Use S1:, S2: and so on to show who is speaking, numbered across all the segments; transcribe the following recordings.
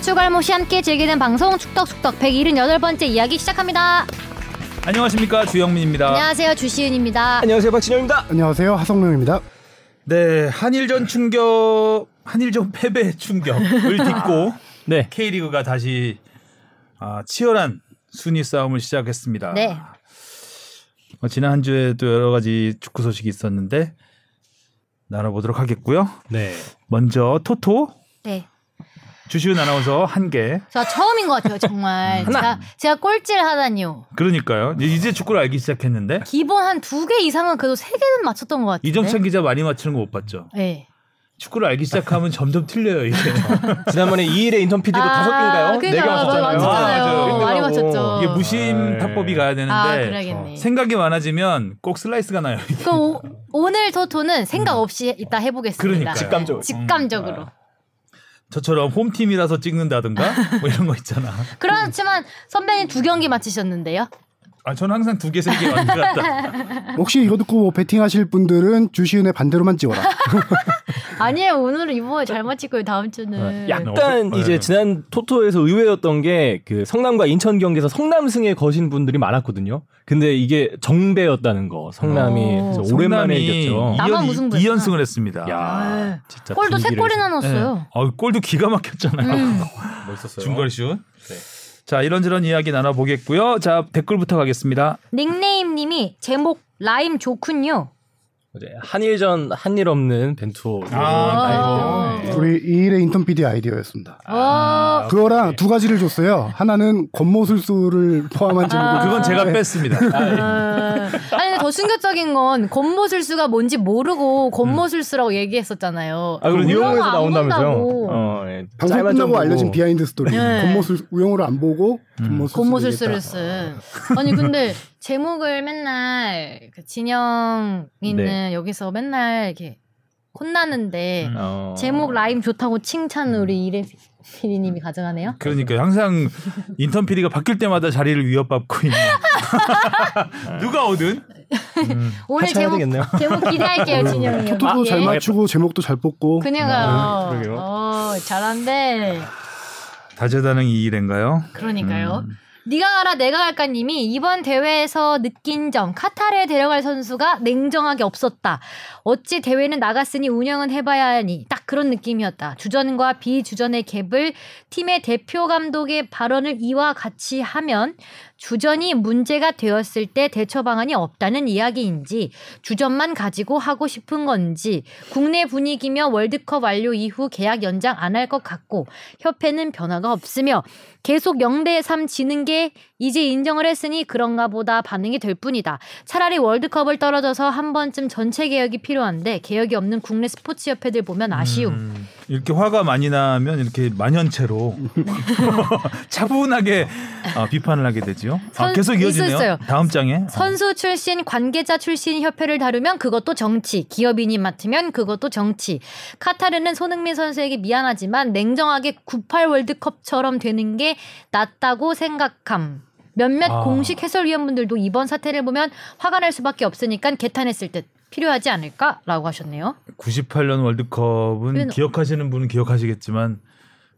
S1: 슈갈모시 함께 즐기는 방송 축덕축덕 178번째 이야기
S2: 아.
S1: 시작합니다.
S2: 안녕하십니까 주영민입니다.
S1: 안녕하세요. 주시은입니다.
S3: 안녕하세요 박진영입니다.
S4: 안녕하세요 하성룡입니다.
S2: 네 한일전 충격, 한일전 패배 충격을 딛고
S3: 네.
S2: K리그가 다시 아, 치열한 순위 싸움을 시작했습니다.
S1: 네.
S2: 어, 지난 한 주에 또 여러 가지 축구 소식이 있었는데 나눠보도록 하겠고요.
S3: 네.
S2: 먼저 토토
S1: 네.
S2: 주시은 아나운서 한 개.
S1: 저 처음인 것 같아요. 정말. 제가, 제가 꼴찌를 하다니요.
S2: 그러니까요. 이제- 이제 축구를 알기 시작했는데
S1: 기본 한 두 개 이상은 그래도 세 개는 맞췄던 것 같아요.
S2: 이정찬 기자 많이 맞추는 거 못 봤죠.
S1: 네.
S2: 축구를 알기 시작하면 점점 틀려요 이게.
S3: 지난번에 이일의 인턴 PD도
S1: 아,
S3: 다섯 개인가요? 네
S1: 그러니까
S3: 개 맞췄잖아요.
S2: 맞아요.
S1: 맞췄잖아요.
S2: 아, 맞아요.
S1: 많이 맞췄죠.
S2: 이게 무심
S3: 아,
S2: 탑법이 가야 되는데 어.
S1: 아, 그래야겠네.
S2: 생각이 많아지면 꼭 슬라이스가 나요.
S1: 그럼 오, 오늘 토토는 생각 없이 이따 해보겠습니다.
S2: 음. 그러니까요. 음. 아.
S3: 직감적으로.
S1: 직감적으로.
S2: 저처럼 홈팀이라서 찍는다든가 뭐 이런 거 있잖아.
S1: 그렇지만 선배님 두 경기 마치셨는데요.
S2: 아 저는 항상 두 개 세개 왔다 갔다.
S4: 혹시 이거 듣고 뭐 베팅하실 분들은 주시은의 반대로만 찍어라.
S1: 아니에요. 오늘은 이번에 잘 마치고요. 다음 주는.
S3: 약간
S2: 네.
S3: 이제 지난 토토에서 의외였던 게 그 성남과 인천 경기에서 성남승에 거신 분들이 많았거든요. 근데 이게 정배였다는 거. 성남이
S1: 오.
S3: 그래서 오랜만에
S2: 성남이
S3: 이겼죠.
S1: 이- 나만 무슨 부였구나.
S2: 2연승을 했습니다. 아,
S3: 야, 진짜
S1: 골도 세
S3: 분위기를
S1: 골이나
S2: 네.
S1: 넣었어요. 음.
S2: 아, 골도 기가 막혔잖아요.
S3: 멋있었어요. 네.
S2: 중거리 슛. 자 이런저런 이야기 나눠보겠고요. 자 댓글부터 가겠습니다.
S1: 닉네임님이 제목 라임 좋군요.
S3: 이제 한일전 한일 없는 벤투.
S2: 아,
S1: 아.
S4: 우리 이일의 인턴 PD 아이디어였습니다.
S1: 어,
S4: 그거랑 두 가지를 줬어요. 하나는 권모술수를 포함한 제목을
S2: 아, 그건 제가
S4: 네.
S2: 뺐습니다.
S1: 아. 아니 근데 더 충격적인 건 권모술수가 뭔지 모르고 권모술수라고 얘기했었잖아요.
S3: 아, 그리고
S1: 우영우
S3: 유영에서
S1: 안
S3: 나온다면서요?
S1: 본다고.
S3: 어, 예.
S4: 방송
S3: 짤만 좀
S4: 끝나고
S3: 보고.
S4: 알려진 비하인드 스토리. 권모술 우영우를 안 보고
S1: 네.
S2: 음.
S3: 그
S1: 권모술수를
S4: 권모술수를
S1: 쓴. 아니 근데 제목을 맨날 그 진영 있는
S3: 네.
S1: 여기서 맨날 이렇게 혼나는데
S2: 음.
S3: 어. 음.
S1: 제목 라임 좋다고 칭찬 우리 이래 PD님이 가져가네요.
S2: 그러니까 항상 인턴 PD가 바뀔 때마다 자리를 위협받고 있는 누가 오든 음,
S1: 오늘
S3: 같이 해야
S1: 제목
S3: 되겠네요.
S1: 제목 기대할게요 진영이.
S4: 네.
S1: 예.
S4: 토토도 잘 맞추고 제목도 잘 뽑고
S1: 그녀가요.
S3: 음, 그러게요.
S1: 어, 잘한데.
S2: 다재다능 이일인가요?
S1: 그러니까요. 네가 가라 내가 갈까 님이 이번 대회에서 느낀 점 카타르에 데려갈 선수가 냉정하게 없었다. 어찌 대회는 나갔으니 운영은 해봐야 하니 딱 그런 느낌이었다. 주전과 비주전의 갭을 팀의 대표 감독의 발언을 이와 같이 하면 주전이 문제가 되었을 때 대처 방안이 없다는 이야기인지 주전만 가지고 하고 싶은 건지 국내 분위기며 월드컵 완료 이후 계약 연장 안 할 것 같고 협회는 변화가 없으며 계속 0대 3 지는 게 이제 인정을 했으니 그런가 보다 반응이 될 뿐이다. 차라리 월드컵을 떨어져서 한 번쯤 전체 개혁이 필요한데 개혁이 없는 국내 스포츠 협회들 보면 아쉬움.
S2: 음, 이렇게 화가 많이 나면 이렇게 만연체로 차분하게 아, 비판을 하게 되죠. 아,
S1: 선-
S2: 계속 이어지네요.
S1: 있었어요.
S2: 다음 장에
S1: 선수 출신, 관계자 출신 협회를 다루면 그것도 정치, 기업인이 맡으면 그것도 정치. 카타르는 손흥민 선수에게 미안하지만 냉정하게 98 월드컵처럼 되는 게 낫다고 생각함. 몇몇
S2: 아.
S1: 공식 해설위원분들도 이번 사태를 보면 화가 날 수밖에 없으니까 개탄했을 듯 필요하지 않을까라고 하셨네요.
S2: 아, 98년 월드컵은
S1: 그래도-
S2: 기억하시는 분은 기억하시겠지만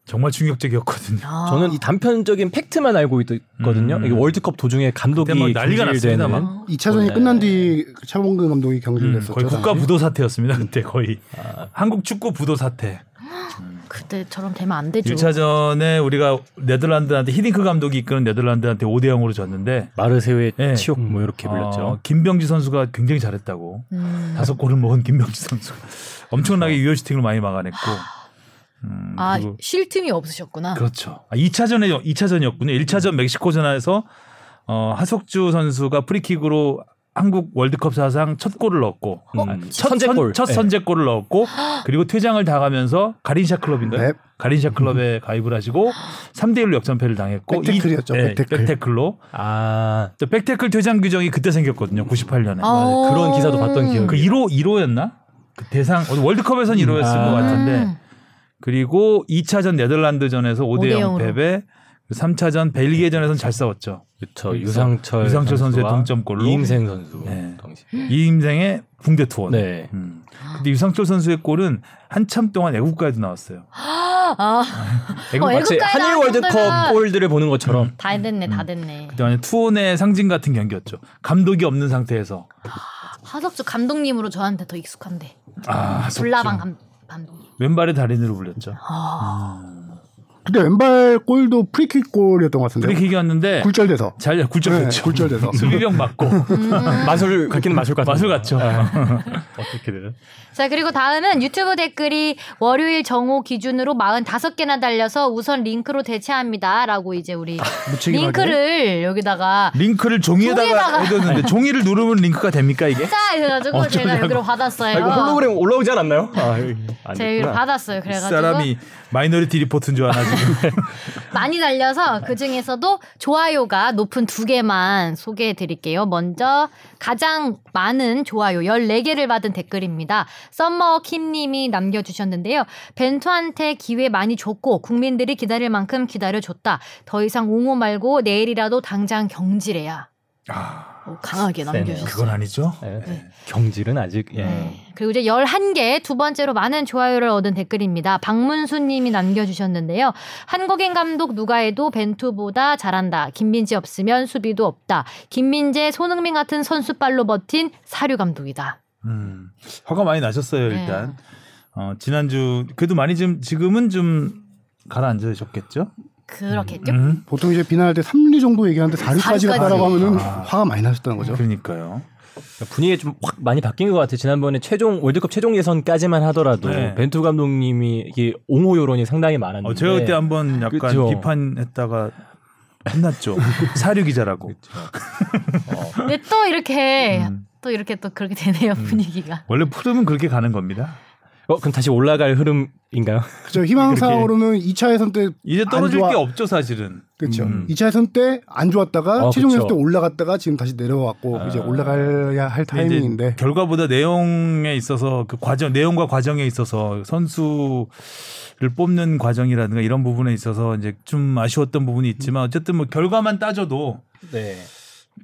S2: 정말 충격적이었거든요.
S1: 아.
S3: 저는 이 단편적인 팩트만 알고 있거든요.
S2: 음.
S3: 이게 월드컵 도중에 감독이
S2: 그때 뭐 난리가
S3: 경질되는.
S2: 났습니다만.
S1: 아.
S4: 2차전이
S3: 네.
S4: 끝난 뒤 차범근 감독이
S2: 어. 음,
S4: 경질됐었죠.
S2: 거의 국가 부도 아. 사태였습니다. 그때 거의 한국 축구 부도 사태.
S1: 그때처럼 되면 안 되죠.
S2: 1차전에 우리가 네덜란드한테 히딩크 감독이 이끄는 네덜란드한테 5대 0으로 졌는데
S3: 마르세유의
S2: 예.
S3: 치욕 뭐 이렇게
S2: 어,
S3: 불렸죠.
S2: 김병지 선수가 굉장히 잘했다고
S1: 음.
S2: 다섯 골을 먹은 김병지 선수 엄청나게
S3: 그렇죠.
S2: 유효슈팅을 많이 막아냈고 음,
S1: 아,
S2: 그리고-
S1: 쉴 틈이 없으셨구나.
S2: 그렇죠. 아, 2차전에 2차전이었군요. 1차전 멕시코전에서 어, 하석주 선수가 프리킥으로 한국 월드컵 사상 첫 골을 넣었고
S3: 음,
S2: 첫
S3: 선제골.
S2: 첫
S3: 예.
S2: 선제골을 넣었고 그리고 퇴장을 당하면서 가린샤 클럽인가요?
S4: 네.
S2: 가린샤 클럽에 가입을 하시고 3대 1로 역전패를 당했고 네,
S4: 백태클이었죠, 백태클.
S2: 백태클로
S3: 아,
S2: 또 백태클 퇴장 규정이 그때 생겼거든요. 98년에.
S1: 아.
S3: 그런 기사도 봤던 기억이.
S2: 그 1호 1호였나? 그 대상 어, 월드컵에선 1호였을
S3: 아.
S2: 것 같은데
S1: 음.
S2: 그리고 2차전 네덜란드전에서 5대
S1: 5대
S2: 0
S1: 0으로.
S2: 패배. 3차전 벨기에전에서는 잘 싸웠죠.
S3: 그쵸 유상철
S2: 유상철 선수의
S3: 선수와
S2: 동점골로.
S3: 이임생 선수
S2: 네.
S3: 당시.
S2: 이 인생의 붕대 투원.
S3: 네.
S2: 음. 근데 유상철 선수의 골은 한참 동안 애국가에도 나왔어요.
S1: 아,
S2: 애국
S1: 어,
S3: 마치
S1: 애국가에
S3: 한일
S1: 나온
S3: 월드컵
S1: 정도면-
S3: 골들을 보는 것처럼
S1: 다 됐네, 다 됐네.
S3: 음.
S2: 그때 완전 투혼의 상징 같은 경기였죠. 감독이 없는 상태에서
S1: 하석주 감독님으로 저한테 더 익숙한데.
S2: 아,
S1: 불나방 감, 감독님.
S2: 왼발의 달인으로 불렸죠.
S4: 근데 왼발 골도 프리킥 골이었던 것 같은데. 요
S2: 프리킥이었는데
S4: 네. 굴절돼서.
S2: 잘
S4: 네,
S2: 굴절됐죠.
S4: 굴절돼서.
S2: 수비병 맞고
S1: 음.
S3: 마술 같기는 마술 같아.
S2: 마술 같죠.
S3: 어떻게든.
S1: 자, 그리고 다음은 유튜브 댓글이 월요일 정오 기준으로 45개나 달려서 우선 링크로 대체합니다. 라고 이제 우리
S4: 무책임하게.
S1: 링크를 여기다가
S2: 링크를 종이에다가
S1: 종이에다가.
S2: 해뒀는데 종이를 누르면 링크가 됩니까 이게?
S1: 짜! 이래가지고
S2: 어,
S1: 제가
S2: 저기다가-
S1: 여기로
S3: 아, 이거
S1: 받았어요.
S3: 홀로그램 올라오지 않았나요? 아, 여기 안
S1: 제가 여기로
S3: 됐구나.
S1: 받았어요.
S2: 이
S1: 네, 그래가지고.
S2: 사람이 마이너리티 리포트인 줄 아나 지금.
S1: 많이 달려서 그 중에서도 좋아요가 높은 두 개만 소개해 드릴게요. 먼저 가장 많은 좋아요 14개를 받은 댓글입니다. 썸머킴 님이 남겨주셨는데요. 벤투한테 기회 많이 줬고 국민들이 기다릴 만큼 기다려줬다. 더 이상 옹호 말고 내일이라도 당장 경질해야. 어, 강하게
S3: 아, 세네요.
S1: 남겨주셨어요.
S2: 그건 아니죠.
S3: 예. 경질은 아직 예.
S1: 네. 그리고 이제 11개 두 번째로 많은 좋아요를 얻은 댓글입니다. 박문수 님이 남겨주셨는데요. 한국인 감독 누가 해도 벤투보다 잘한다. 김민재 없으면 수비도 없다. 김민재, 손흥민 같은 선수빨로 버틴 사류 감독이다.
S2: 음, 화가 많이 나셨어요
S1: 네.
S2: 일단. 어, 지난주 그래도 많이 좀 지금은 좀 가라앉으셨겠죠?
S1: 그렇겠죠?
S2: 음,
S4: 보통 이제 비난할 때 3리 정도 얘기하는데 4루까지
S1: 4루까지.
S4: 갔다라고 하면은
S2: 아.
S4: 화가 많이 나셨다는 거죠.
S2: 그러니까요.
S3: 분위기가 좀 확 많이 바뀐 것 같아요. 지난번에 최종 월드컵 최종 예선까지만 하더라도
S2: 네.
S3: 벤투 감독님이 이게 옹호 여론이 상당히 많았는데
S2: 어, 제가
S1: 네.
S2: 그때 한번 약간
S3: 그쵸.
S2: 비판했다가 혼났죠. 사류 기자라고.
S1: 근데 또 이렇게
S2: 음.
S1: 또 이렇게 또 그렇게 되네요, 분위기가.
S2: 원래 푸름은 그렇게 가는 겁니다.
S3: 어, 그럼 다시 올라갈 흐름인가요?
S4: 그죠. 희망사항으로는 2차 예선 때
S2: 이제
S4: 안
S2: 떨어질
S4: 좋아-
S2: 게 없죠 사실은.
S4: 그렇죠.
S2: 음.
S4: 2차 예선 때 안 좋았다가
S3: 아,
S4: 최종 예선 때
S3: 그쵸.
S4: 올라갔다가 지금 다시 내려왔고 이제 올라가야 할
S2: 근데 아. 이제
S4: 타이밍인데
S2: 결과보다 내용에 있어서 그 과정 내용과 과정에 있어서 선수를 뽑는 과정이라든가 이런 부분에 있어서 이제 좀 아쉬웠던 부분이 있지만 어쨌든 뭐 결과만 따져도
S3: 네.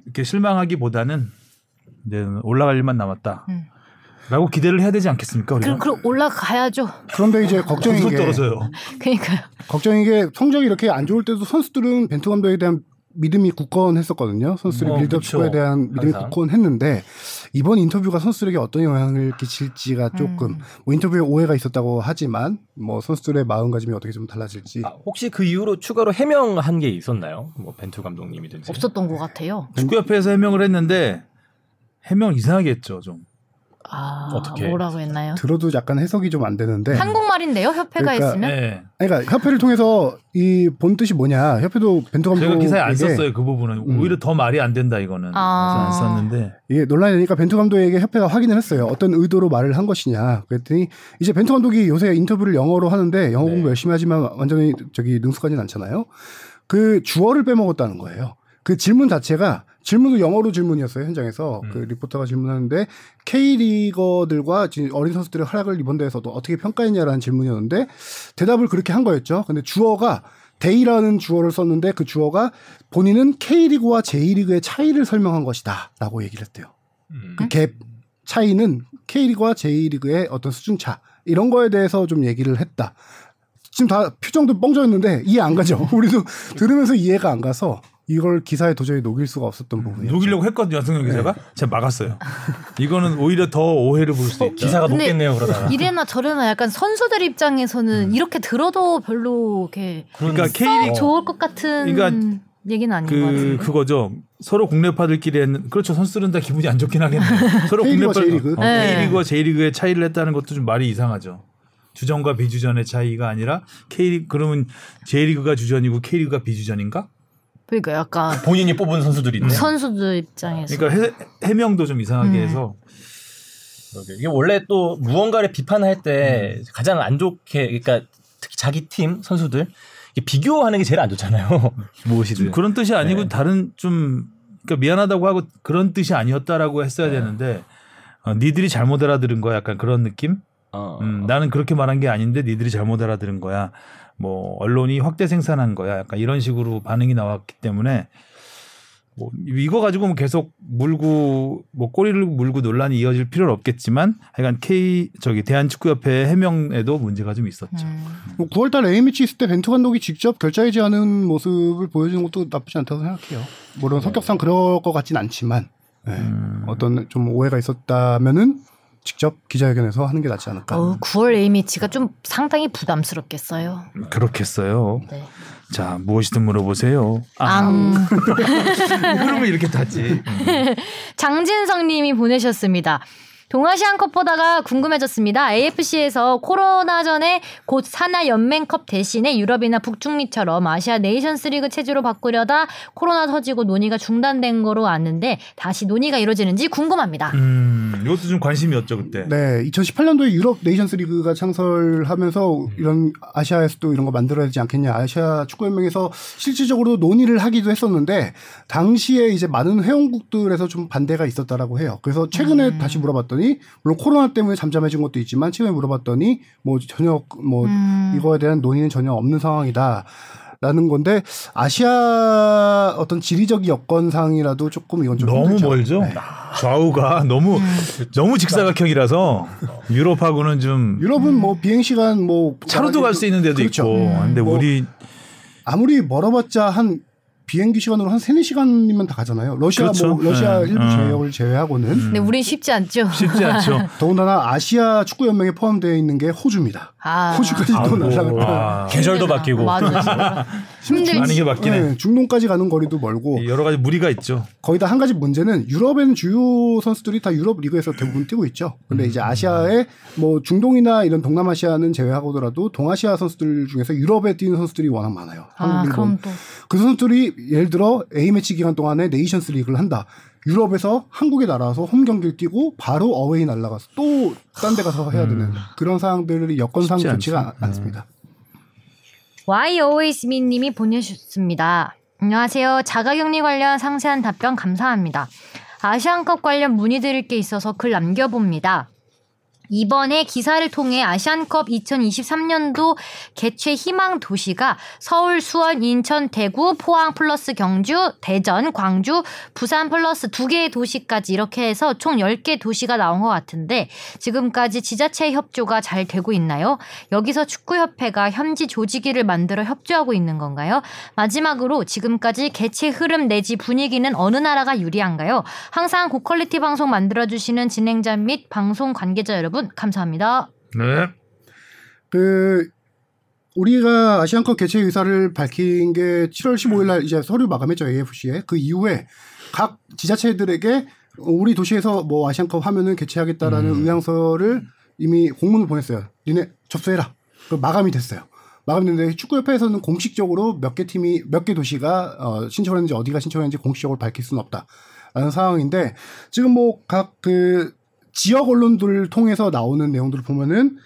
S2: 이렇게 실망하기보다는 이제 올라갈 일만 남았다라고
S1: 음.
S2: 기대를 해야 되지 않겠습니까
S1: 그럼
S2: 우리가?
S1: 그럼 올라가야죠.
S4: 그런데 이제 걱정인
S2: 계속
S4: 게
S2: 떨어져요.
S1: 그러니까요.
S4: 걱정인 게 성적이 이렇게 안 좋을 때도 선수들은 벤투 감독에 대한 믿음이 굳건했었거든요. 선수들이
S2: 어,
S4: 빌드업
S2: 그쵸.
S4: 축구에 대한 믿음이
S3: 항상.
S4: 굳건했는데 이번 인터뷰가 선수들에게 어떤 영향을 끼칠지가 조금
S1: 음.
S4: 뭐 인터뷰에 오해가 있었다고 하지만 뭐 선수들의 마음가짐이 어떻게 좀 달라질지
S3: 아, 혹시 그 이후로 추가로 해명한 게 있었나요? 뭐 벤투 감독님이든지.
S1: 없었던 것 같아요.
S2: 축구협회에서 해명을 했는데 해명 이상하게 했죠 좀.
S1: 아,
S3: 어떻게?
S1: 뭐라고 했나요?
S4: 들어도 약간 해석이 좀 안 되는데
S1: 한국말인데요, 협회가
S4: 네. 그러니까-
S1: 있으면?
S2: 네.
S4: 아니, 그러니까 협회를 통해서 이 본 뜻이 뭐냐 협회도 벤투
S2: 제가
S4: 감독에게
S2: 기사에 안 썼어요 그 부분은
S4: 음.
S2: 오히려 더 말이 안 된다 이거는
S1: 아.
S2: 그래서 안 썼는데
S4: 이게 논란이 되니까 벤투 감독에게 협회가 확인을 했어요. 어떤 의도로 말을 한 것이냐. 그랬더니 이제 벤투 감독이 요새 인터뷰를 영어로 하는데 영어
S3: 네.
S4: 공부 열심히 하지만 완전히 저기 능숙하진 않잖아요. 그 주어를 빼먹었다는 거예요. 그 질문 자체가 질문도 영어로 질문이었어요 현장에서 그 리포터가 질문하는데 K 리거들과 지금 어린 선수들의 활약을 이번 대회에서도 어떻게 평가했냐라는 질문이었는데 대답을 그렇게 한 거였죠. 근데 주어가 데이라는 주어를 썼는데 그 주어가 본인은 K리그와 J리그의 차이를 설명한 것이다라고 얘기를 했대요.
S3: 음.
S4: 그 갭 차이는 K리그와 J리그의 어떤 수준 차 이런 거에 대해서 좀 얘기를 했다. 지금 다 표정도 뻥져있는데 이해 안 가죠. 우리도 들으면서 이해가 안 가서 이걸 기사에 도저히 녹일 수가 없었던 부분이에요.
S2: 녹이려고 했거든요 성경 기자가 제가 막았어요 이거는 오히려 더 오해를 부를 수 있죠
S3: 기사가
S1: 근데
S3: 높겠네요 그러다가.
S1: 이래나 저래나 약간 선수들
S2: 음.
S1: 입장에서는 이렇게 들어도 별로 이렇게
S2: 그러니까
S1: 썩
S2: K리그
S1: 좋을 것 같은
S2: 그러니까
S1: 얘기는 아닌
S4: 음,
S1: 것
S2: 그
S1: 같은데.
S2: 그거죠 서로 국내파들끼리 했는 그렇죠 선수들은 다 기분이 안 좋긴 하겠네 요 서로 국내파
S4: K리그와 J리그.
S2: 어,
S1: 네.
S2: K리그와 J리그의 차이를 했다는 것도 좀 말이 이상하죠 주전과 비주전의 차이가 아니라 K리그 그러면 J리그가 주전이고 K리그가 비주전인가
S1: 그러니까 약간
S3: 본인이 뽑은 선수들이
S2: 음.
S3: 있네.
S1: 선수들 입장에서
S2: 그러니까 해, 명도좀 이상하게
S1: 음.
S2: 해서
S3: 그러게. 이게 원래 또 무언가를 비판할 때 가장 안 좋게 그러니까 특히 자기 팀 선수들 이게 비교하는 게 제일 안 좋잖아요.
S2: 좀
S3: 무엇이든.
S2: 그런 뜻이 아니고
S3: 네.
S2: 다른 좀 그러니까 미안하다고 하고 그런 뜻이 아니었다라고
S3: 네.
S2: 했어야 되는데 어, 니들이 잘못 알아들은 거야 약간 그런 느낌
S3: 어.
S2: 음, 나는 그렇게 말한 게 아닌데 니들이 잘못 알아들은 거야. 뭐 언론이 확대 생산한 거야. 약간 이런 식으로 반응이 나왔기 때문에 뭐 이거 가지고는 계속 물고 뭐 꼬리를 물고 논란이 이어질 필요는 없겠지만 하여간 K 저기 대한축구협회 해명에도 문제가 좀 있었죠.
S1: 음.
S4: 뭐 9월달 A매치 있을 때 벤투 감독이 직접 결자해지 하는 모습을 보여주는 것도 나쁘지 않다고 생각해요. 물론 성격상 그럴 것 같진 않지만 네. 어떤 좀 오해가 있었다면은 직접 기자회견에서 하는 게 낫지 않을까.
S2: 그러니까
S1: 어우, 9월 에이미치가 좀 상당히 부담스럽겠어요.
S4: 음.
S2: 그렇겠어요.
S1: 네.
S2: 자 무엇이든 물어보세요. 아,
S1: 앙.
S2: 그러면 이렇게 탔지.
S1: 장진성님이 보내셨습니다. 동아시안컵 보다가 궁금해졌습니다. AFC에서 코로나 전에 곧 산하 연맹컵 대신에 유럽이나 북중미처럼 아시아 네이션스리그 체제로 바꾸려다 코로나 터지고 논의가 중단된 거로 아는데 다시 논의가 이루어지는지 궁금합니다.
S2: 음, 이것도 좀 관심이었죠 그때.
S4: 네, 2018년도에 유럽 네이션스 리그가 창설하면서
S2: 음.
S4: 이런 아시아에서도 이런 거 만들어야 되지 않겠냐. 아시아 축구연맹에서 실질적으로 논의를 하기도 했었는데, 당시에 이제 많은 회원국들에서 좀 반대가 있었다라고 해요. 그래서 최근에 다시 물어봤더니, 물론 코로나 때문에 잠잠해진 것도 있지만, 최근에 물어봤더니, 뭐 전혀, 뭐
S2: 음.
S1: 음.
S4: 이거에 대한 논의는 전혀 없는 상황이다. 라는 건데 아시아 어떤 지리적 여건상이라도 조금 이건 좀
S2: 너무
S4: 힘들죠.
S2: 멀죠.
S4: 네. 음.
S2: 좌우가 너무 너무 직사각형이라서 유럽하고는 좀
S4: 유럽은 뭐 비행 시간 뭐
S2: 차로도 갈 수 있는 데도
S4: 그렇죠.
S2: 있고. 근데
S4: 뭐
S2: 우리
S4: 아무리 멀어봤자 한 비행기 시간으로 한 3, 4시간이면 다 가잖아요. 러시아
S2: 그렇죠.
S4: 뭐 러시아
S2: 네. 음.
S4: 일부
S2: 어.
S4: 제역을 제외하고는
S1: 근데 우린 쉽지 않죠.
S2: 쉽지 않죠.
S4: 더군다나 아시아 축구 연맹에 포함되어 있는 게 호주입니다.
S1: 아.
S4: 호주까지 또
S2: 아이고,
S4: 뭐, 날아가고
S2: 아,
S3: 계절도
S1: 힘들다.
S3: 바뀌고.
S1: 맞아, 진짜. 힘들지.
S2: 많은 게 바뀌네.
S4: 네, 중동까지 가는 거리도 멀고
S2: 여러 가지 무리가 있죠.
S4: 거의 다 한 가지 문제는 유럽에는 주요 선수들이 다 유럽 리그에서 대부분 뛰고 있죠. 근데
S2: 음.
S4: 이제 아시아에 뭐 중동이나 이런 동남아시아는 제외하고더라도 동아시아 선수들 중에서 유럽에 뛰는 선수들이 워낙 많아요.
S1: 아,
S4: 한국, 일본,
S1: 그럼 또.
S4: 그 선수들이 예를 들어 A매치 기간 동안에 네이션스 리그를 한다. 유럽에서 한국에 날아와서 홈 경기를 뛰고 바로 어웨이 날아가서 또 딴 데 가서 해야 되는 그런 상황들이 여건상
S2: 음. 쉽지
S4: 좋지가
S2: 않죠.
S4: 않습니다.
S1: Why always me 님이 보내주셨습니다. 안녕하세요. 자가격리 관련 상세한 답변 감사합니다. 아시안컵 관련 문의드릴 게 있어서 글 남겨봅니다. 이번에 기사를 통해 아시안컵 2023년도 개최 희망 도시가 서울, 수원, 인천, 대구, 포항 플러스 경주, 대전, 광주, 부산 플러스 두 개의 도시까지 이렇게 해서 총 10개 도시가 나온 것 같은데 지금까지 지자체 협조가 잘 되고 있나요? 여기서 축구협회가 현지 조직위를 만들어 협조하고 있는 건가요? 마지막으로 지금까지 개최 흐름 내지 분위기는 어느 나라가 유리한가요? 항상 고퀄리티 방송 만들어주시는 진행자 및 방송 관계자 여러분 감사합니다.
S2: 네.
S4: 그 우리가 아시안컵 개최 의사를 밝힌 게 7월 15일 날 이제 서류 마감했죠 AFC에 그 이후에 각 지자체들에게 우리 도시에서 뭐 아시안컵 하면은 개최하겠다라는
S2: 음.
S4: 의향서를 이미 공문을 보냈어요. 니네 접수해라. 그 마감이 됐어요. 마감됐는데 축구협회에서는 공식적으로 몇 개 팀이 몇 개 도시가 어, 신청했는지 어디가 신청했는지 공식적으로 밝힐 수는 없다라는 상황인데 지금 뭐 각 그 지역 언론들을 통해서 나오는 내용들을 보면은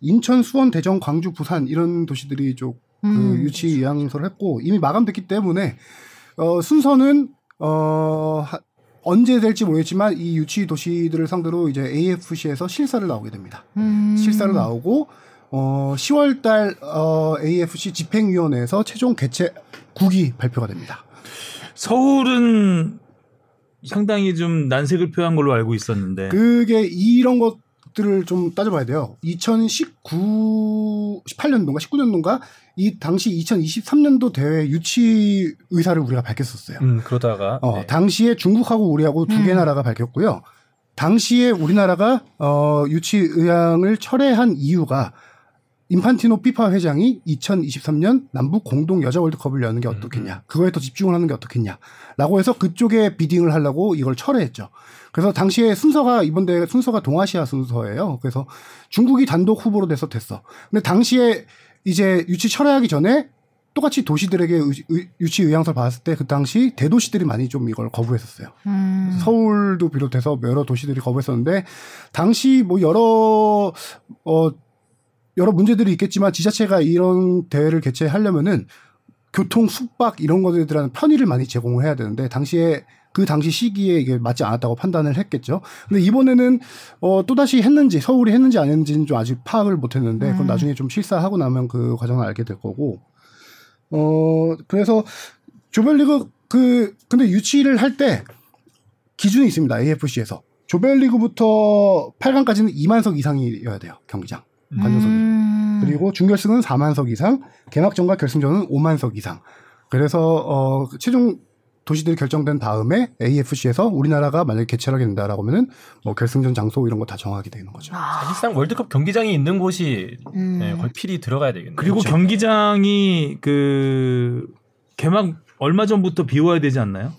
S4: 인천, 수원, 대전, 광주, 부산 이런 도시들이 좀그
S1: 음.
S4: 유치 이양서를 했고 이미 마감됐기 때문에 어, 순서는 어, 하- 언제 될지 모르겠지만 이 유치 도시들을 상대로 이제 AFC에서 실사를 나오게 됩니다.
S1: 음.
S4: 실사로 나오고 어, 10월 달 어, AFC 집행위원회에서 최종 개최 국이 발표가 됩니다.
S2: 서울은 상당히 좀 난색을 표한 걸로 알고 있었는데.
S4: 그게 이런 것들을 좀 따져봐야 돼요. 2019, 18년도인가 19년도인가 이 당시 2023년도 대회 유치 의사를 우리가 밝혔었어요.
S3: 음, 그러다가
S4: 어,
S3: 네.
S4: 당시에 중국하고 우리하고 두 개
S1: 음.
S4: 나라가 밝혔고요. 당시에 우리나라가 어, 유치 의향을 철회한 이유가 인판티노 피파 회장이 2023년 남북 공동 여자 월드컵을 여는 게 어떻겠냐. 그거에 더 집중을 하는 게 어떻겠냐라고 해서 그쪽에 비딩을 하려고 이걸 철회했죠. 그래서 당시에 순서가 이번 대회 순서가 동아시아 순서예요. 그래서 중국이 단독 후보로 돼서 됐어. 근데 당시에 이제 유치 철회하기 전에 똑같이 도시들에게 의- 의- 유치 의향서를 받았을 때 그 당시 대도시들이 많이 좀 이걸 거부했었어요.
S1: 음.
S4: 서울도 비롯해서 여러 도시들이 거부했었는데 당시 뭐 여러 어 여러 문제들이 있겠지만 지자체가 이런 대회를 개최하려면은 교통, 숙박 이런 것에 대한 편의를 많이 제공을 해야 되는데 당시에 그 당시 시기에 이게 맞지 않았다고 판단을 했겠죠. 근데 이번에는 어 또다시 했는지 서울이 했는지 안 했는지는 좀 아직 파악을 못 했는데 그건
S1: 음.
S4: 나중에 좀 실사하고 나면 그 과정을 알게 될 거고. 어 그래서 조별리그 그 근데 유치를 할 때 기준이 있습니다. AFC에서 조별리그부터 8강까지는 2만석 이상이어야 돼요 경기장 관중석이.
S1: 음.
S4: 그리고 준결승은 4만석 이상, 개막전과 결승전은 5만석 이상. 그래서 어 최종 도시들이 결정된 다음에 AFC에서 우리나라가 만약에 개최를 하게 된다라고 하면은 뭐 결승전 장소 이런 거 다 정하게 되는 거죠.
S1: 아,
S3: 사실상 월드컵 경기장이 있는 곳이
S1: 음.
S3: 네, 거의 필이 들어가야 되겠네요.
S2: 그리고
S3: 그렇죠.
S2: 경기장이 그 개막 얼마 전부터 비워야 되지 않나요?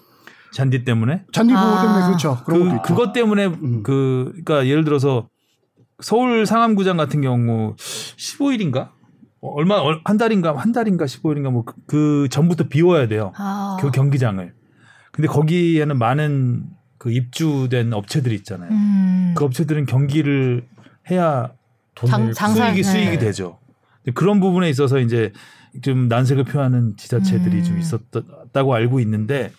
S2: 잔디 때문에?
S4: 잔디 보호
S1: 아.
S4: 때문에 그렇죠. 음. 그런 것도
S2: 그
S4: 있고.
S2: 그것 때문에 그 그러니까 예를 들어서 서울 상암구장 같은 경우 15일인가? 어, 얼마 얼- 한 달인가 한 달인가 15일인가 뭐 그 전부터 비워야 돼요.
S1: 아.
S2: 그 경기장을. 근데 거기에는 많은 그 입주된 업체들이 있잖아요.
S1: 음.
S2: 그 업체들은 경기를 해야
S1: 장- 장사-
S2: 수익이
S1: 네.
S2: 수익이 되죠. 근데 그런 부분에 있어서 이제 좀 난색을 표하는 지자체들이
S1: 음.
S2: 좀 있었다고 알고 있는데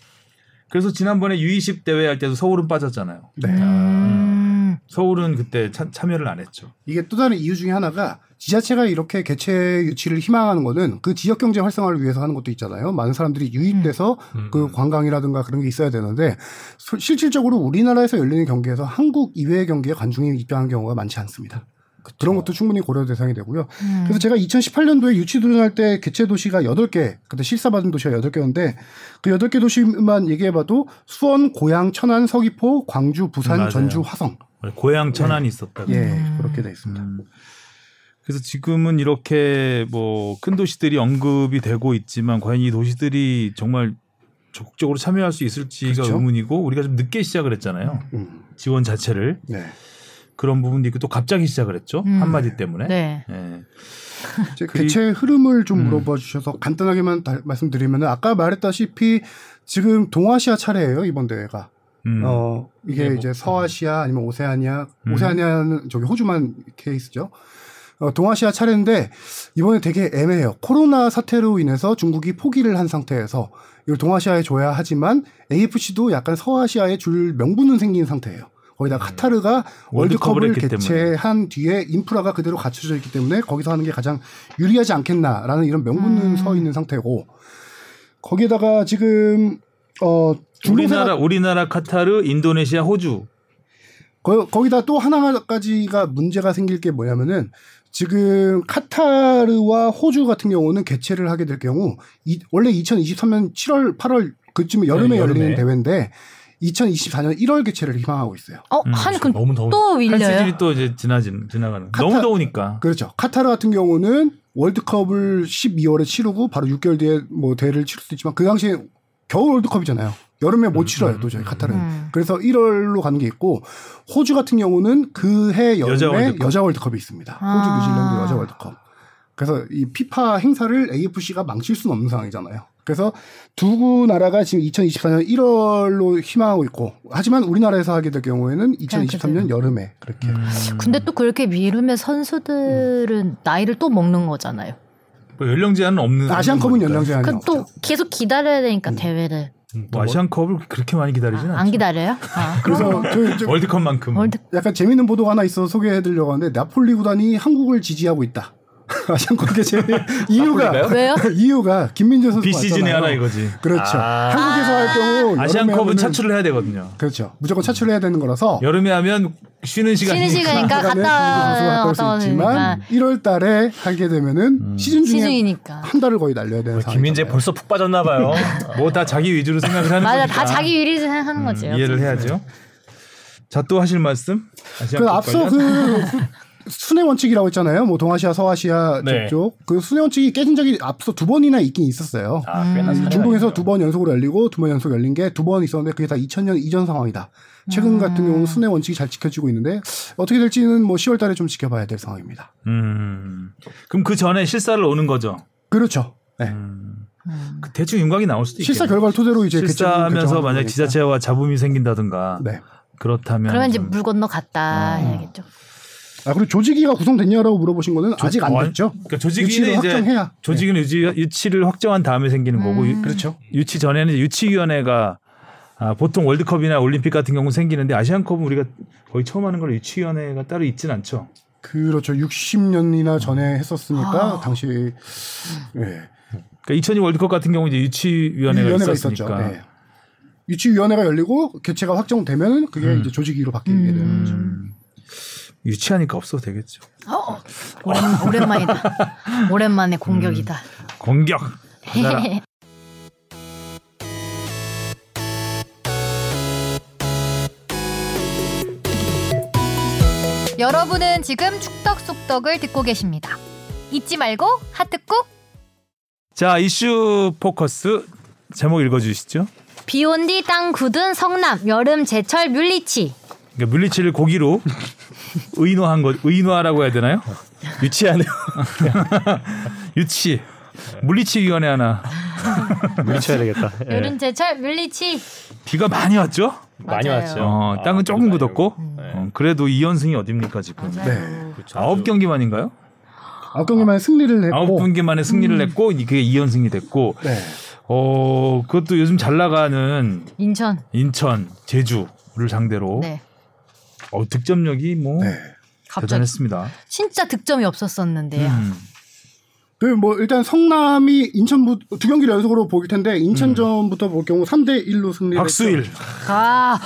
S2: 그래서 지난번에 U20 대회 할 때도 서울은 빠졌잖아요.
S4: 네.
S1: 음.
S2: 서울은 그때 참, 참여를 안 했죠.
S4: 이게 또 다른 이유 중에 하나가 지자체가 이렇게 개최 유치를 희망하는 거는 그 지역 경제 활성화를 위해서 하는 것도 있잖아요. 많은 사람들이 유입돼서
S3: 음.
S4: 그 관광이라든가 그런 게 있어야 되는데 소- 실질적으로 우리나라에서 열리는 경기에서 한국 이외의 경기에 관중이 입장한 경우가 많지 않습니다. 그런 것도 충분히 고려 대상이 되고요.
S1: 음.
S4: 그래서 제가 2018년도에 유치 도전할 때 개최 도시가 8개, 그때 실사받은 도시가 8개였는데 그 8개 도시만 얘기해봐도 수원, 고양, 천안, 서귀포, 광주, 부산,
S2: 맞아요.
S4: 전주, 화성.
S2: 고향 천안이 있었다고.
S4: 예,
S1: 음.
S4: 그렇게 돼 있습니다.
S2: 음. 그래서 지금은 이렇게 뭐 큰 도시들이 언급이 되고 있지만 과연 이 도시들이 정말 적극적으로 참여할 수 있을지가
S4: 그렇죠.
S2: 의문이고 우리가 좀 늦게 시작을 했잖아요.
S4: 음,
S2: 지원 자체를.
S4: 네.
S2: 그런 부분도 있고 또 갑자기 시작을 했죠
S1: 음.
S2: 한마디 때문에
S1: 네.
S2: 예.
S4: 제
S2: 그리-
S4: 개최 흐름을 좀
S2: 음.
S4: 물어봐 주셔서 간단하게만 다- 말씀드리면은 아까 말했다시피 지금 동아시아 차례예요 이번 대회가
S2: 음.
S4: 어 이게
S3: 네,
S4: 이제
S3: 뭐-
S4: 서아시아 아니면 오세아니아
S2: 음.
S4: 오세아니아는 저기 호주만 케이스죠 어, 동아시아 차례인데 이번에 되게 애매해요 코로나 사태로 인해서 중국이 포기를 한 상태에서 이걸 동아시아에 줘야 하지만 AFC도 약간 서아시아에 줄 명분은 생긴 상태예요 거기다 카타르가
S2: 음. 월드컵을
S4: 월드컵을
S2: 했기 때문에.
S4: 개최한 뒤에 인프라가 그대로 갖춰져 있기 때문에 거기서 하는 게 가장 유리하지 않겠나라는 이런 명분은
S1: 음.
S4: 서 있는 상태고 거기에다가 지금 어 중동세가
S2: 우리나라 우리나라 카타르 인도네시아 호주
S4: 거, 거기다 또 하나까지가 문제가 생길 게 뭐냐면은 지금 카타르와 호주 같은 경우는 개최를 하게 될 경우 이- 원래 2023년 7월 8월 그쯤에 여름에
S3: 네, 여름에.
S4: 열리는 대회인데 2024년 1월 개최를 희망하고 있어요.
S1: 어,
S2: 음.
S1: 한 그럼
S3: 그렇죠. 너무 더운
S1: 또
S2: 한 시즌이
S1: 밀려요.
S2: 또 이제 지나진 지나가는
S4: 카타-
S2: 너무 더우니까
S4: 그렇죠. 카타르 같은 경우는 월드컵을 12월에 치르고 바로 6개월 뒤에 뭐 대회를 치를 수도 있지만 그 당시에 겨울 월드컵이잖아요. 여름에 못 치러요,
S3: 음,
S4: 도저히 카타르는.
S1: 음.
S4: 그래서 1월로 가는 게 있고 호주 같은 경우는 그 해 여름에
S2: 여자
S4: 여자,
S2: 월드컵.
S4: 월드컵이 있습니다.
S1: 아.
S4: 호주 뉴질랜드 여자 월드컵. 그래서 이 피파 행사를 AFC가 망칠 수는 없는 상황이잖아요. 그래서 두 나라가 지금 2024년 1월로 희망하고 있고 하지만 우리나라에서 하게 될 경우에는 2023년 여름에 그렇게
S2: 음.
S1: 근데 또 그렇게 미루면 선수들은 나이를 또 먹는 거잖아요.
S2: 뭐 연령 제한은 없는
S4: 아시안컵은
S2: 거니까.
S4: 연령 제한이
S1: 그럼
S4: 없죠.
S1: 또 계속 기다려야 되니까 대회를
S2: 뭐 아시안컵을 그렇게 많이 기다리진 음.
S1: 아,
S2: 않죠
S1: 안 기다려요? 아,
S4: 그래서 저, 저
S2: 월드컵만큼
S1: 월드
S4: 약간 재밌는 보도가 하나 있어서 소개해드리려고 하는데 나폴리 구단이 한국을 지지하고 있다. 아시안컵 개최 이유가
S1: 왜요?
S4: 이유가 김민재 선수
S2: 비시즌에 하나 이거지
S4: 그렇죠.
S3: 아.
S4: 한국에서 할 경우
S2: 아시안컵은
S4: 여름에
S2: 차출을 해야 되거든요
S4: 하면은- 그렇죠. 무조건 차출해야 되는 거라서
S2: 여름에 하면 쉬는 시간이
S1: 쉬는 시간이니까
S4: 그간에
S1: 갔다
S4: 중국 선수가 갔다
S1: 갔다
S4: 올수
S1: 오니까
S4: 있지만 1월 달에 하게 되면은
S2: 음.
S4: 시즌 중에
S1: 시즌이니까.
S4: 한 달을 거의 날려야 되는 상황.
S3: 김민재 벌써 푹 빠졌나 봐요.
S2: 뭐 다 자기 위주로 생각을 하는
S1: 맞아,
S2: 거니까. 음,
S1: 다 자기 일이 하는 거죠.
S2: 그러니까. 이해를 해야죠 자 또 하실 말씀 아시안컵
S4: 그 앞서
S2: 관련?
S4: 그 순회 원칙이라고 했잖아요. 뭐 동아시아, 서아시아
S3: 네.
S4: 저쪽 그 순회 원칙이 깨진 적이 앞서 두 번이나 있긴 있었어요.
S3: 아, 꽤나
S2: 음.
S3: 사나이.
S4: 음, 중동에서 두 번 연속으로 열리고 두 번 연속 열린 게 두 번 있었는데 그게 다 2000년 이전 상황이다. 최근
S2: 음.
S4: 같은 경우는 순회 원칙이 잘 지켜지고 있는데 어떻게 될지는 뭐 10월 달에 좀 지켜봐야 될 상황입니다.
S2: 음. 그럼 그 전에 실사를 오는 거죠.
S4: 그렇죠. 네.
S2: 음. 그 대충 윤곽이 나올 수도 있겠네.
S4: 실사 결과를 토대로 이제 그
S2: 실사하면서
S4: 결정하는
S2: 만약
S4: 거니까.
S2: 지자체와 잡음이 생긴다든가
S4: 네.
S2: 그렇다면
S1: 그러면 이제
S2: 좀- 어.
S1: 물 건너 갔다 해야겠죠.
S4: 아 그리고 조직위가 구성됐냐라고 물어보신 거는 아직 안
S2: 완-
S4: 됐죠.
S2: 그러니까 조직위는
S4: 유치를
S2: 이제
S4: 확정해야. 네.
S2: 조직은 유치, 유치를 확정한 다음에 생기는 거고 유,
S4: 그렇죠.
S2: 유치 전에는 유치위원회가 아, 보통 월드컵이나 올림픽 같은 경우 는 생기는데 아시안컵은 우리가 거의 처음 하는 걸 유치위원회가 따로 있진 않죠.
S4: 그렇죠. 60년이나 전에 했었으니까
S1: 아.
S4: 당시 예.
S2: 그러니까 2002 월드컵 같은 경우 이제 유치위원회가,
S4: 위원회가
S2: 있었으니까.
S4: 있었죠. 네. 유치위원회가 열리고 개최가 확정되면 그게
S2: 음.
S4: 이제 조직위로 바뀌게 되는 거죠.
S2: 유치하니까 없어도 되겠죠.
S1: 어, 오랜, 오랜만이다. 오랜만에
S2: 음.
S1: 공격이다.
S2: 공격. 받아라.
S1: 여러분은 지금 축덕 속덕을 듣고 계십니다. 잊지 말고 하트 꾹.
S2: 자 이슈 포커스 제목 읽어주시죠.
S1: 비온 뒤 땅 굳은 성남 여름 제철 뮬리치.
S2: 그러니까 물리치를 고기로 의노한 것 의노하라고 해야 되나요?
S3: 유치하네요.
S2: 유치 물리치 위원회 하나
S5: 물리쳐야 되겠다. 예.
S1: 여름 제철 뮬리치.
S2: 비가 많이 왔죠?
S3: 많이
S1: 맞아요.
S3: 왔죠.
S2: 어,
S3: 아,
S2: 땅은 조금
S3: 많이
S2: 굳었고
S3: 오고. 네.
S2: 어, 그래도 2연승이 어딥니까 지금?
S1: 맞아요.
S3: 그렇죠.
S2: 아홉 경기만인가요?
S4: 아홉 경기만에 승리를
S3: 네,
S4: 했고
S2: 아홉 경기 만에
S1: 음.
S2: 승리를 냈고 이- 그게 2연승이 됐고
S4: 네.
S2: 어 그것도 요즘 잘 나가는
S1: 인천.
S2: 인천, 제주를 상대로
S1: 네.
S2: 어, 득점력이 뭐
S4: 네.
S1: 갑자기
S2: 대단했습니다.
S1: 진짜 득점이 없었었는데.
S2: 음.
S4: 그뭐 일단 성남이 인천 두 경기를 연속으로 보일 텐데 인천전부터 볼 경우 3대 1로 승리를
S2: 박수일 어,
S4: 했죠.
S1: 아,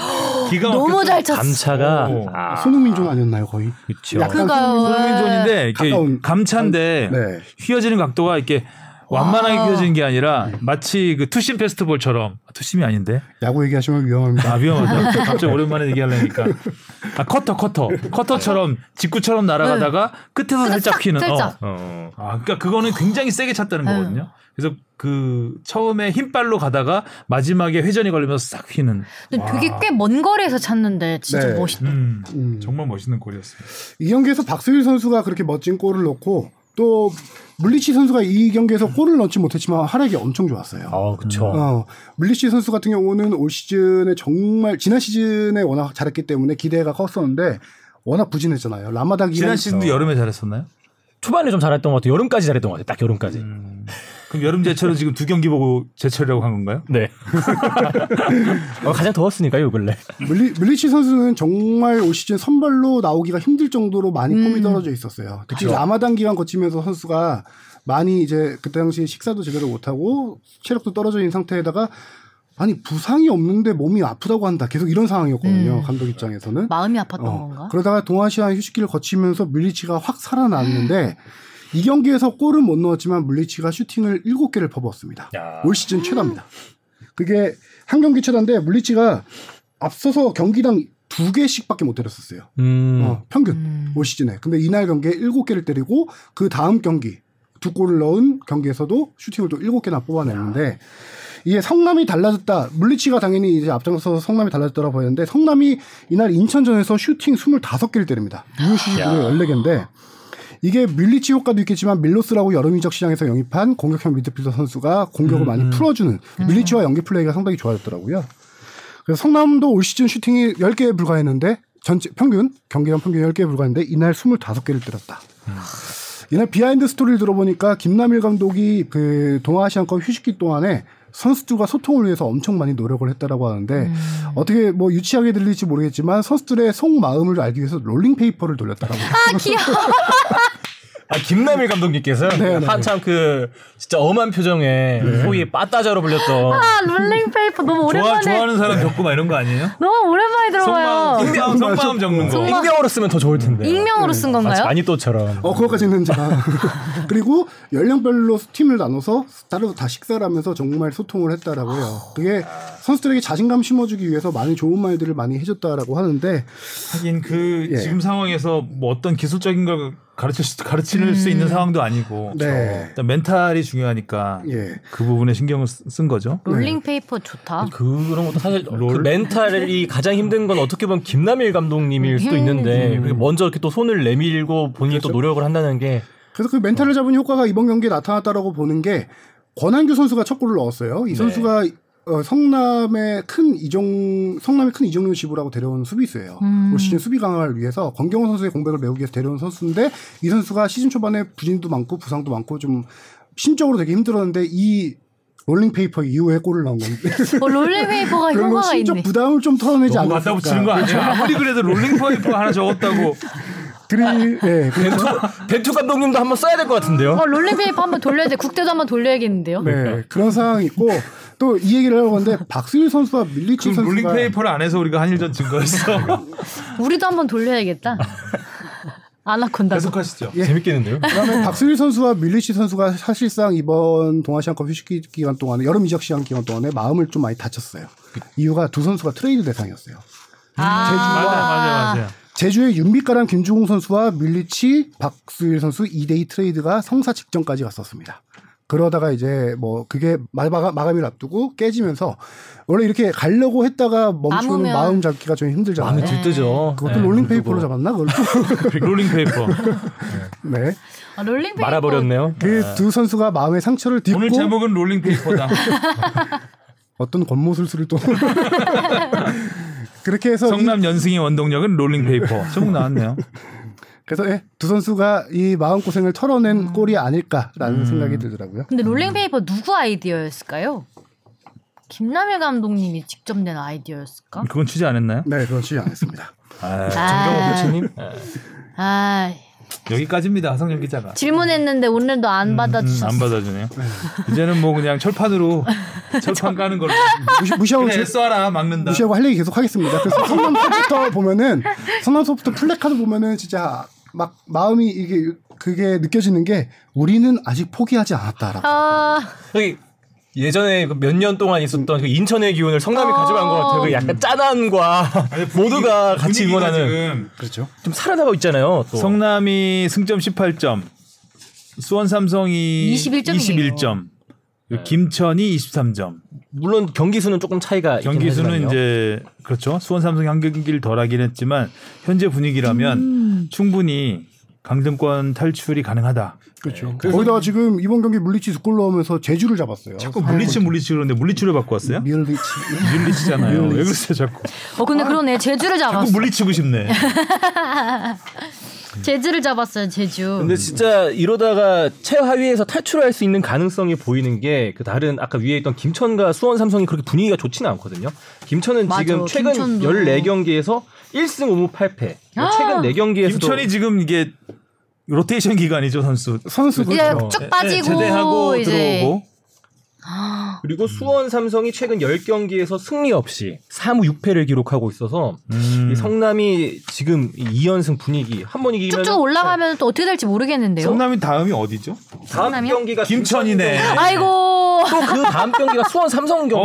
S2: 기가
S1: 너무
S2: 막혔던
S1: 잘 쳤어.
S5: 감차가
S2: 오.
S5: 아,
S4: 손흥민 좀 아니었나요, 거의?
S5: 그렇죠.
S4: 약간
S2: 아,
S1: 그러니까요.
S4: 손흥민 좀-
S2: 인데 이렇게
S4: 가까운-
S2: 감차인데
S4: 네.
S2: 휘어지는 각도가 이렇게 완만하게
S1: 와.
S2: 휘어지는 게 아니라 마치 그 투심 페스티벌처럼 아, 투심이 아닌데
S4: 야구 얘기하시면
S2: 아
S4: 위험합니다.
S2: 위험하다 갑자기 오랜만에 얘기하려니까 아 커터 커터 커터처럼 직구처럼 날아가다가 끝에서 살짝
S1: 살짝,
S2: 휘는
S1: 살짝.
S2: 어.
S5: 어.
S2: 아 그러니까 그거는 굉장히 세게 찼다는
S1: 네.
S2: 거거든요 그래서 그 처음에 힘발로 가다가 마지막에 회전이 걸리면서 싹 휘는
S1: 근데 되게 꽤 먼 거리에서 찼는데 진짜
S4: 네.
S1: 멋있다.
S2: 음,
S4: 음.
S2: 정말 멋있는 골이었어요
S4: 이 경기에서 박수일 선수가 그렇게 멋진 골을 넣고 또 물리치 선수가 이 경기에서 골을 넣지 못했지만 활약이 엄청 좋았어요.
S3: 아, 그렇죠.
S1: 음.
S4: 어, 물리치 선수 같은 경우는 올 시즌에 정말 지난 시즌에 워낙 잘했기 때문에 기대가 컸었는데 워낙 부진했잖아요. 라마다 기간
S2: 지난 시즌도 여름에 잘했었나요?
S3: 초반에 좀 잘했던 것 같아요. 여름까지 잘했던 것 같아요. 딱 여름까지.
S2: 그럼 여름 제철은 지금 두 경기 보고 제철이라고 한 건가요?
S3: 네. 어, 가장 더웠으니까요, 요 근래.
S4: 물리, 물리치 선수는 정말 올 시즌 선발로 나오기가 힘들 정도로 많이
S1: 음.
S4: 폼이 떨어져 있었어요. 특히 라마단 기간 거치면서 선수가 많이 이제 그때 당시 식사도 제대로 못하고 체력도 떨어져 있는 상태에다가 아니 부상이 없는데 몸이 아프다고 한다. 계속 이런 상황이었거든요.
S1: 음.
S4: 감독 입장에서는.
S1: 마음이 아팠던
S4: 어,
S1: 건가?
S4: 그러다가 동아시아 휴식기를 거치면서 물리치가 확 살아났는데 이 경기에서 골은 못 넣었지만 물리치가 슈팅을 7개를 퍼부었습니다.
S3: 야.
S4: 올 시즌 최다입니다. 그게 한 경기 최다인데 물리치가 앞서서 경기당 두 개씩밖에 못 때렸었어요.
S3: 음.
S4: 어, 평균
S1: 음.
S4: 올 시즌에. 근데 이날 경기에 7개를 때리고 그 다음 경기 두 골을 넣은 경기에서도 슈팅을 또 7개나 뽑아냈는데 이게 성남이 달라졌다. 물리치가 당연히 이제 앞장서서 성남이 달라졌다라고 보였는데 성남이 이날 인천전에서 슈팅 25개를 때립니다. 누구 슈팅이 14개인데 이게 밀리치 효과도 있겠지만 밀로스라고 여름 이적 시장에서 영입한 공격형 미드필더 선수가 공격을 많이 풀어주는 밀리치와 연기 플레이가 상당히 좋아졌더라고요. 그래서 성남도 올 시즌 슈팅이 10개에 불과했는데 전체 평균 경기당 평균 10개에 불과했는데 이날 25개를 때렸다. 이날 비하인드 스토리를 들어보니까 김남일 감독이 그 동아시안컵 휴식기 동안에 선수들과 소통을 위해서 엄청 많이 노력을 했다라고 하는데 어떻게 뭐 유치하게 들릴지 모르겠지만 선수들의 속마음을 알기 위해서 롤링 페이퍼를 돌렸다라고
S1: 아 귀여워.
S3: 아, 김남일 감독님께서
S4: 네, 네.
S3: 한참 그 진짜 엄한 표정에 소위 빠따자로 불렸던
S1: 아, 롤링페이퍼 너무
S2: 좋아,
S1: 오랜만에
S2: 좋아하는 사람 겪고 막 이런 거 아니에요?
S1: 너무 오랜만에 들어봐요.
S2: 속마음, 속마음, 속마음 적는 거.
S1: 정말.
S3: 익명으로 쓰면 더 좋을 텐데. 네. 아,
S1: 익명으로 쓴
S3: 마치
S1: 건가요?
S3: 마니또처럼.
S4: 어, 그것까지는 제가. 그리고 연령별로 팀을 나눠서 따로 다 식사를 하면서 정말 소통을 했다라고 해요. 그게 선수들에게 자신감 심어주기 위해서 많이 좋은 말들을 많이 해줬다라고 하는데,
S2: 하긴 그
S4: 예.
S2: 지금 상황에서 뭐 어떤 기술적인 걸 가르칠 수, 가르칠 수
S3: 음.
S2: 있는 상황도 아니고
S4: 네.
S2: 일단 멘탈이 중요하니까
S4: 예.
S2: 그 부분에 신경을 쓰- 쓴 거죠.
S1: 롤링페이퍼 좋다.
S3: 그런 것도 사실
S2: 롤?
S3: 그 멘탈이 가장 힘든 건 어떻게 보면 김남일 감독님일 수도 있는데 그게 먼저 이렇게 또 손을 내밀고 본인이 또 노력을 한다는 게
S4: 그래서 그 멘탈을
S2: 어.
S4: 잡은 효과가 이번 경기에 나타났다라고 보는 게 권한규 선수가 첫 골을 넣었어요.
S2: 네.
S4: 이 선수가 어, 성남의 큰 이종 성남의 큰 이종용 시부라고 데려온 수비수예요.
S1: 음.
S4: 올 시즌 수비 강화를 위해서 권경호 선수의 공백을 메우기 위해서 데려온 선수인데 이 선수가 시즌 초반에 부진도 많고 부상도 많고 좀 심적으로 되게 힘들었는데 이 롤링 페이퍼 이후에 골을 넣은 건데
S1: 어, 롤링페이퍼가
S4: 그러면
S1: 효과가
S4: 심적
S1: 있네.
S4: 부담을 좀 털어내지
S2: 아, 너무 갖다
S4: 않았을까?
S2: 붙이는 거 아니야? 아무리 그래도 롤링 파이프 하나 적었다고
S4: 드릴 예, 그-
S3: 벤투, 벤투 감독님도 한번 써야 될 것 같은데요.
S1: 어, 롤링페이퍼 한번 돌려야 돼. 국대도 한번 돌려야겠는데요.
S4: 네, 그런 상황이 있고 또 이 얘기를 하려고 하는데 박수일 선수와 밀리치
S2: 지금
S4: 선수가
S2: 롤링페이퍼를 안 해서 우리가 한일전 증거했어.
S1: 우리도 한번 돌려야겠다. 아나콘다.
S2: 계속하시죠.
S4: 예.
S3: 재밌겠는데요?
S4: 그다음에 네, 박수일 선수와 밀리치 선수가 사실상 이번 동아시안컵 휴식 기- 기간 동안에 여름 이적 시간 기간 동안에 마음을 좀 많이 다쳤어요. 이유가 두 선수가 트레이드 대상이었어요.
S1: 그
S2: 맞아 맞아 맞아.
S4: 제주의 윤빛가람 김주공 선수와 밀리치 박수일 선수 2대2 트레이드가 성사 직전까지 갔었습니다. 그러다가 이제 뭐 그게 마가, 마감을 앞두고 깨지면서 원래 이렇게 가려고 했다가 멈추는
S1: 남으면-
S4: 마음 잡기가 좀 힘들잖아요.
S3: 마음이 들뜨죠.
S4: 그것도 롤링페이퍼로 잡았나? 그걸
S3: 아.
S2: 롤링페이퍼.
S4: 네.
S1: 아, 롤링페이퍼.
S3: 말아버렸네요.
S4: 그 두 선수가 마음의 상처를 딛고
S2: 오늘 제목은 롤링페이퍼다.
S4: 어떤 권모술수를 또 그렇게 해서 이-
S2: 성남 연승의 원동력은 롤링페이퍼. 제목 나왔네요.
S4: 그래서 예, 두 선수가 이 마음 음. 고생을 털어낸 골이 아닐까라는 생각이 들더라고요.
S1: 근데 롤링페이퍼 누구 아이디어였을까요? 김남일 감독님이 직접 낸 아이디어였을까?
S2: 그건 취재 안 했나요?
S4: 네, 그런 취지 안 했습니다.
S2: 아,
S1: 아.
S2: 정경호 부처님
S1: 아,
S2: 여기까지입니다. 성준 기자가.
S1: 질문했는데 오늘도 안 받아주셨어.
S2: 안 받아주네요. 이제는 뭐 그냥 철판으로 철판 까는 걸로.
S4: 무시, 무시하고
S2: 그냥
S4: 제-
S2: SR아 막는다.
S4: 무시하고 할 얘기 계속 하겠습니다. 그래서 성남서부터 보면은 성남서부터 플래카드 보면은 진짜 막 마음이 이게 그게 느껴지는 게 우리는 아직 포기하지 않았다라고.
S1: 아,
S3: 여기 예전에 몇 년 동안 있었던 그 인천의 기운을 성남이
S1: 어.
S3: 가져간 것 같아요. 그 약간 짠함과 모두가 같이
S2: 분위기가
S3: 응원하는
S2: 지금
S4: 그렇죠.
S3: 좀 살아나고 있잖아요. 또.
S2: 성남이 승점 18점, 수원 삼성이
S1: 21점 이에요. 네.
S2: 21점, 그리고 김천이 23점.
S3: 물론 경기 수는 조금 차이가 있긴
S2: 경기 수는
S3: 하지만요.
S2: 이제 그렇죠. 수원 삼성이 한 경기를 덜하긴 했지만 현재 분위기라면 충분히 강등권 탈출이 가능하다.
S4: 그렇죠. 거기다가 지금 이번 경기 물리치 두 골로 하면서 제주를 잡았어요.
S2: 자꾸 물리치 물리치 그러는데 물리치를 바꿔 왔어요?
S4: 밀리치.
S2: 물리치잖아요. 왜 그러세요 자꾸?
S1: 어 근데 그러네. 제주를
S2: 자꾸
S1: 잡았어.
S2: 물리치고 싶네.
S1: 제주를 잡았어요. 제주.
S3: 근데 진짜 이러다가 최하위에서 탈출할 수 있는 가능성이 보이는 게 그 다른 아까 위에 있던 김천과 수원 삼성이 그렇게 분위기가 좋지는 않거든요. 김천은
S1: 맞아,
S3: 지금 최근
S1: 김천도. 아.
S3: 14경기에서 1승 5무 8패. 최근 4경기에서도
S2: 김천이 지금 이게 로테이션 기간이죠 선수.
S4: 선수
S1: 이제
S4: 그렇죠.
S1: 쭉 빠지고
S2: 네, 제대하고
S1: 이제
S2: 들어오고 음.
S3: 그리고 수원 삼성이 최근 10경기에서 승리 없이 3무 6패를 기록하고 있어서
S2: 음.
S3: 이 성남이 지금 이 2연승 분위기 한 번 이기면
S1: 쭉쭉 올라가면 또 어떻게 될지 모르겠는데요.
S2: 성남이 다음이 어디죠?
S3: 네, 다음
S1: 성남이요?
S3: 경기가
S2: 김천이네.
S1: 아이고.
S3: 또 그 다음 경기가 수원 삼성 경기가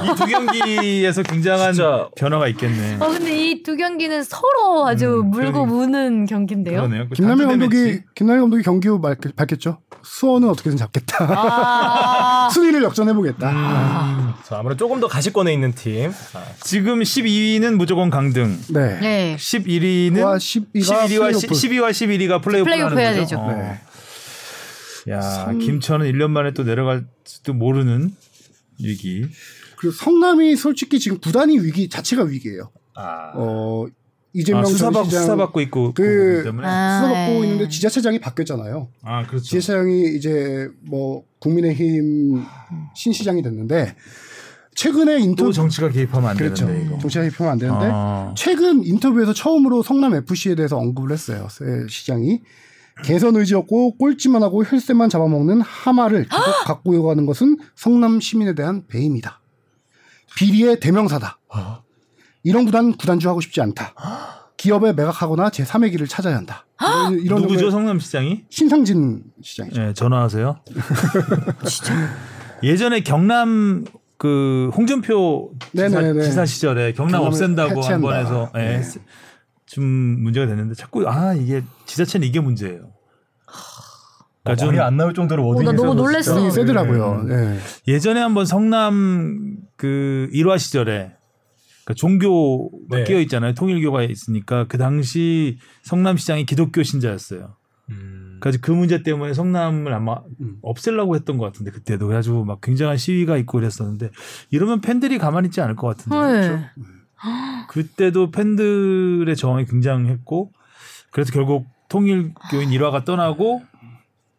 S2: 어! 이 두 경기에서 굉장한
S3: 진짜.
S2: 변화가 있겠네.
S1: 어 근데 이 두 경기는 서로 아주 물고 무는 경기인데요.
S2: 음, 그러네요. 그
S4: 김남일
S2: 단체
S4: 감독이
S2: 매치.
S4: 김남일 감독이 경기 후 말- 밝혔죠. 수원은 어떻게든 잡겠다.
S1: 아,
S4: 순위를 역전해보겠다.
S3: 자, 아무래도 조금 더 가시권에 있는 팀. 아,
S2: 지금 12위는 무조건 강등.
S4: 네.
S1: 네.
S2: 11위는
S4: 와, 11위 가
S2: 11위와
S4: 플레이오프.
S2: 12위와 11위가 플레이오프
S1: 플레이오프 해야 되죠.
S4: 네.
S2: 야, 김천은 1년 만에 또 내려갈지도 모르는 위기.
S4: 그리고 성남이 솔직히 지금 구단이 위기 자체가 위기예요.
S3: 아.
S4: 어
S2: 아,
S4: 이재명
S2: 수사받,
S4: 전 시장
S2: 수사받고 있고
S4: 그-
S2: 그 때문에. 아,
S4: 수사받고
S1: 아,
S4: 있는데 지자체장이 바뀌었잖아요.
S2: 그렇죠.
S4: 지자체장이 이제 뭐 국민의힘 신시장이 됐는데 최근에 인터
S2: 아. 또 정치가 개입하면 안
S4: 그렇죠.
S2: 되는데 이거.
S4: 정치가 입히면 안 되는데
S2: 아.
S4: 최근 인터뷰에서 처음으로 성남 FC에 대해서 언급을 했어요. 세- 시장이 개선 의지 없고 꼴찌만 하고 혈세만 잡아먹는 하마를 계속 갖고 가는 것은 성남 시민에 대한 배임이다. 비리의 대명사다. 이런 구단 구단주 하고 싶지 않다. 기업에 매각하거나 제 3의 길을 찾아야 한다. 이런- 이런
S2: 누구죠
S4: 정도의
S2: 성남시장이?
S4: 신상진 시장이죠.
S2: 예, 전화하세요. 예전에 경남 그 홍준표 지사,
S4: 네네네.
S2: 지사 시절에 경남
S4: 경남을
S2: 없앤다고 한
S4: 해체한다.
S2: 번 해서 예,
S4: 네.
S2: 했- 좀 문제가 됐는데 자꾸 아 이게 지자체는 이게 문제예요. 그러니까 좀
S3: 아, 말이 안 나올 정도로
S1: 나
S3: 워딩이
S1: 너무
S3: 세서
S1: 놀랬어.
S3: 진짜.
S2: 아,
S4: 이 세더라고요.
S2: 네,
S4: 예.
S2: 예전에 한번 성남 그 일화 시절에 그 종교가
S3: 네.
S2: 끼어 있잖아요. 통일교가 있으니까 그 당시 성남시장이 기독교 신자였어요.
S3: 음.
S2: 그래서 그 문제 때문에 성남을 아마
S4: 음.
S2: 없애려고 했던 것 같은데 그때도 그래가지고 막 굉장한 시위가 있고 그랬었는데 이러면 팬들이 가만히 있지 않을 것 같은데 그렇죠?
S1: 네.
S2: 그때도 팬들의 저항이 굉장했고 그래서 결국 통일교인 일화가 떠나고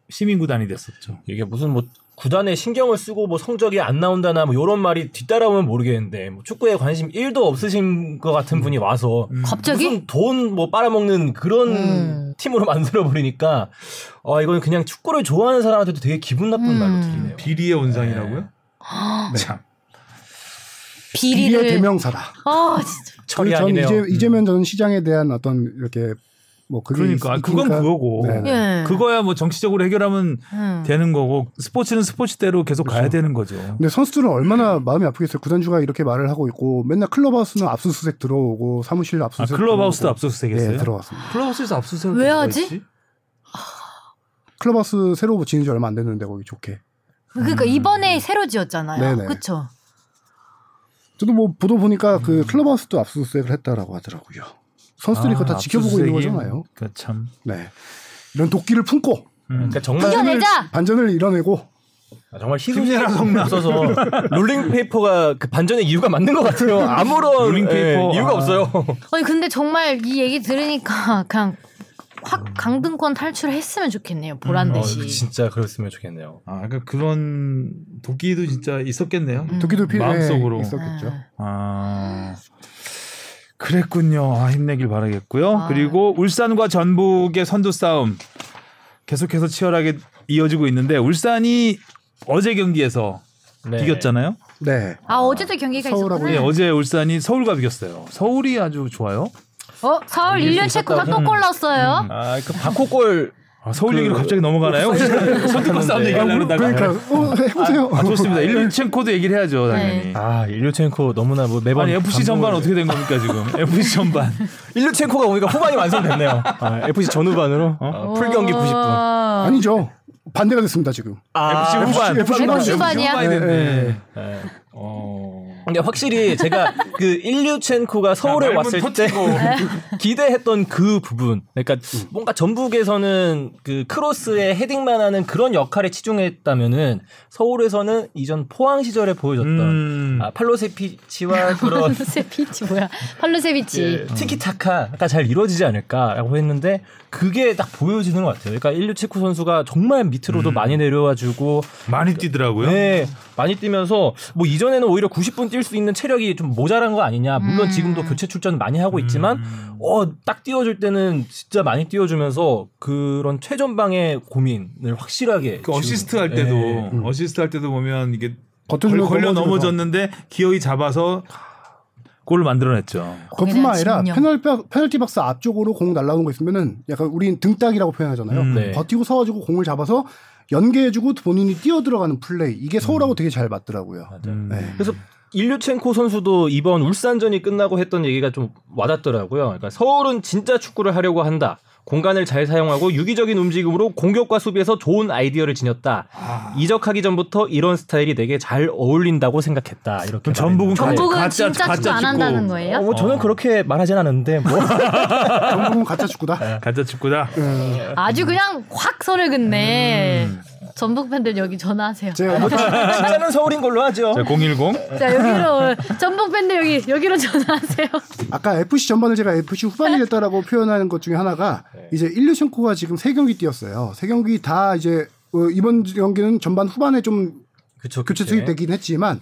S2: 시민구단이 됐었죠.
S3: 이게 무슨 뭐 구단에 신경을 쓰고 뭐 성적이 안 나온다나 뭐 이런 말이 뒤따라오면 모르겠는데 뭐 축구에 관심 1도 없으신 것 같은 분이 와서
S2: 음.
S1: 갑자기
S3: 무슨 돈뭐 빨아먹는 그런
S1: 음.
S3: 팀으로 만들어 버리니까 아 이건 그냥 축구를 좋아하는 사람한테도 되게 기분 나쁜
S1: 음.
S3: 말로 들리네요.
S2: 비리의 온상이라고요?
S4: 참. 비리의
S1: 비리를
S4: 대명사라.
S1: 아 진짜
S3: 철이
S4: 그리고 저는
S3: 아니네요. 음,
S4: 이재, 이재명 전 시장에 대한 어떤 이렇게 뭐 그게
S2: 음. 그러니까 아,
S4: 있-
S2: 그건
S4: 있으니까
S2: 그거고
S4: 네, 네.
S1: 예.
S2: 그거야 뭐 정치적으로 해결하면
S1: 음.
S2: 되는 거고 스포츠는 스포츠대로 계속 가야 되는 거죠. 아,
S4: 근데 선수들은 얼마나 마음이 아프겠어요. 구단주가 이렇게 말을 하고 있고 맨날 클럽하우스는 압수수색 들어오고 사무실
S2: 아,
S4: 압수수색
S2: 클럽하우스도
S4: 들어오고.
S2: 압수수색했어요.
S4: 예, 들어왔습니다.
S5: 클럽하우스에서 압수수색
S1: 왜 하지?
S4: 클럽하우스 새로 지은 지 얼마 안 됐는데 거기 좋게.
S1: 그러니까
S2: 음.
S1: 이번에 새로 지었잖아요.
S4: 네네.
S1: 그렇죠.
S4: 저도 뭐 보도 보니까 그
S2: 음.
S4: 클럽하우스도 압수수색을 했다라고 하더라고요. 선수들이
S2: 아,
S4: 그거 다 지켜보고 있는 거잖아요.
S2: 그러니까 참.
S4: 네. 이런 도끼를 품고
S2: 음.
S3: 그러니까 정말
S1: 이겨내자.
S4: 반전을 이뤄내고
S3: 아, 정말 희소식이 없어서 롤링페이퍼가 그 반전의 이유가 맞는 것 같아요. 아무런
S2: 롤링페이퍼,
S3: 예, 이유가
S2: 아.
S3: 없어요.
S1: 아니 근데 정말 이 얘기 들으니까 그냥 확 강등권 탈출했으면 좋겠네요.
S2: 음.
S1: 보란
S3: 어,
S1: 듯이.
S3: 진짜 그랬으면 좋겠네요.
S2: 아, 그러니까 그런 도끼도 진짜 있었겠네요.
S1: 음.
S4: 도끼도 필요해
S2: 마음속으로.
S4: 있었겠죠.
S1: 아.
S2: 아. 그랬군요. 아, 힘내길 바라겠고요.
S1: 아.
S2: 그리고 울산과 전북의 선두 싸움 계속해서 치열하게 이어지고 있는데 울산이 어제 경기에서
S3: 네.
S2: 이겼잖아요.
S4: 네.
S1: 아 어제도 경기가
S4: 서울하고
S1: 있었구나.
S2: 네, 어제 울산이 서울과 비겼어요. 서울이 아주 좋아요.
S1: 어 서울 1년 체코
S3: 있었다고.
S1: 단독골 넣었어요.
S2: 음.
S3: 아, 그 바코골
S2: 아, 서울
S3: 그-
S2: 얘기로 갑자기 넘어가나요? 선두권 싸움
S3: 네.
S2: 얘기하려고 그러다가.
S4: 그러니까 어, 해보세요.
S2: 아, 좋습니다. 일류첸코도 얘기를 해야죠, 당연히.
S1: 네.
S3: 아, 일류첸코 너무나 뭐 매번
S2: 아니, FC 전반 어떻게 된 겁니까, 지금? FC 전반.
S3: 일류첸코가 오니까 후반이 완성됐네요.
S5: 아, FC 전후반으로 어?
S3: 어, 풀경기 90분.
S4: 아니죠. 반대가 됐습니다 지금.
S3: 아,
S2: FC 후반.
S4: FC 후반.
S1: FC 후반이야?
S2: 후반이 됐네. 어.
S3: 예. 근데 확실히 제가 그 일류첸코가 서울에
S2: 말문
S3: 왔을 때 기대했던 그 부분. 그러니까 뭔가 전북에서는 그 크로스에 헤딩만 하는 그런 역할에 치중했다면은 서울에서는 이전 포항 시절에 보여줬던
S2: 음.
S3: 아, 팔로세피치와 그런
S1: 팔로세비치 뭐야? 팔로세비치.
S3: 예, 티키타카가 잘 이루어지지 않을까라고 했는데 그게 딱 보여지는 것 같아요. 그러니까 일류 체코 선수가 정말 밑으로도 많이 내려와주고
S2: 많이 뛰더라고요.
S3: 네, 많이 뛰면서 뭐 이전에는 오히려 90분 뛸 수 있는 체력이 좀 모자란 거 아니냐. 물론
S1: 음.
S3: 지금도 교체 출전 많이
S2: 음.
S3: 하고 있지만
S2: 그
S3: 어 딱 띄워줄 때는 진짜 많이 띄워주면서 그런 최전방의 고민을 확실하게
S2: 그
S3: 지금,
S2: 어시스트 할
S3: 예.
S2: 때도 어시스트 할 때도 음. 보면 이게
S4: 겉으로
S2: 걸- 걸려
S4: 넘어지면서.
S2: 넘어졌는데 기어이 잡아서 골을 만들어냈죠.
S4: 그뿐만 아니라
S1: 진영.
S4: 페널- 페널티 박스 앞쪽으로 공 날라오는 거 있으면은 약간 우린 등딱이라고 표현하잖아요.
S2: 음,
S3: 네.
S4: 버티고 서가지고 공을 잡아서 연계해주고 본인이 뛰어 들어가는 플레이 이게 서울하고 되게 잘 맞더라고요.
S2: 음.
S4: 네.
S3: 그래서 일류첸코 선수도 이번 울산전이 끝나고 했던 얘기가 좀 와닿더라고요. 그러니까 서울은 진짜 축구를 하려고 한다. 공간을 잘 사용하고 유기적인 움직임으로 공격과 수비에서 좋은 아이디어를 지녔다. 이적하기 전부터 이런 스타일이 내게 잘 어울린다고 생각했다. 이렇게
S2: 그럼 전북은
S3: 말했는데.
S2: 가-
S1: 전북은
S2: 가짜-
S1: 진짜
S2: 가짜
S1: 축구 안
S2: 축구.
S1: 한다는 거예요?
S3: 어, 뭐 저는 그렇게 말하진 않은데 뭐
S4: 전북은 가짜 축구다.
S2: 가짜 축구다.
S1: 아주 그냥 확 선을 긋네. 전북 팬들 여기 전화하세요.
S4: 제가 어제
S3: 진짜는 서울인 걸로 하죠.
S2: 자, 010.
S1: 자 여기로 전북 팬들 여기 여기로 전화하세요.
S4: 아까 FC 전반을 제가 FC 후반이 됐다라고 표현하는 것 중에 하나가
S3: 네.
S4: 이제 일류첸코가 지금 세 경기 뛰었어요. 세 경기 다 이제 어, 이번 경기는 전반 후반에 좀
S3: 그쵸, 네.
S4: 교체 투입되긴 했지만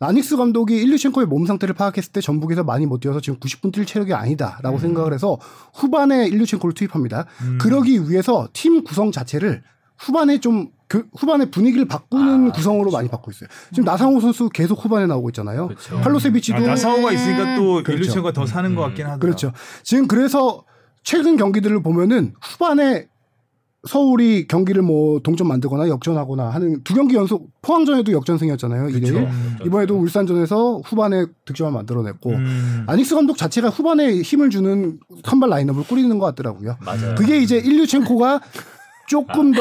S4: 라닉스 감독이 일류첸코의 몸 상태를 파악했을 때 전북에서 많이 못 뛰어서 지금 90분 뛸 체력이 아니다라고
S3: 음.
S4: 생각을 해서 후반에 일류첸코를 투입합니다.
S2: 음.
S4: 그러기 위해서 팀 구성 자체를 후반에 좀 그 후반에 분위기를 바꾸는
S3: 아,
S4: 구성으로 많이 바꾸고 있어요. 지금 나상호 선수 계속 후반에 나오고 있잖아요.
S3: 그쵸.
S4: 팔로세비치도
S2: 아, 나사오가 있으니까 또
S4: 그렇죠.
S2: 일루첸과 더 사는 것 같긴 하다.
S4: 그렇죠. 지금 그래서 최근 경기들을 보면은 후반에 서울이 경기를 뭐 동점 만들거나 역전하거나 하는 두 경기 연속 포항전에도 역전승이었잖아요. 이대 일. 이번에도 울산전에서 후반에 득점을 만들어냈고
S2: 음.
S4: 아닉스 감독 자체가 후반에 힘을 주는 선발 라인업을 꾸리는 것 같더라고요.
S3: 맞아요.
S4: 그게 이제 일류첸코가 조금 더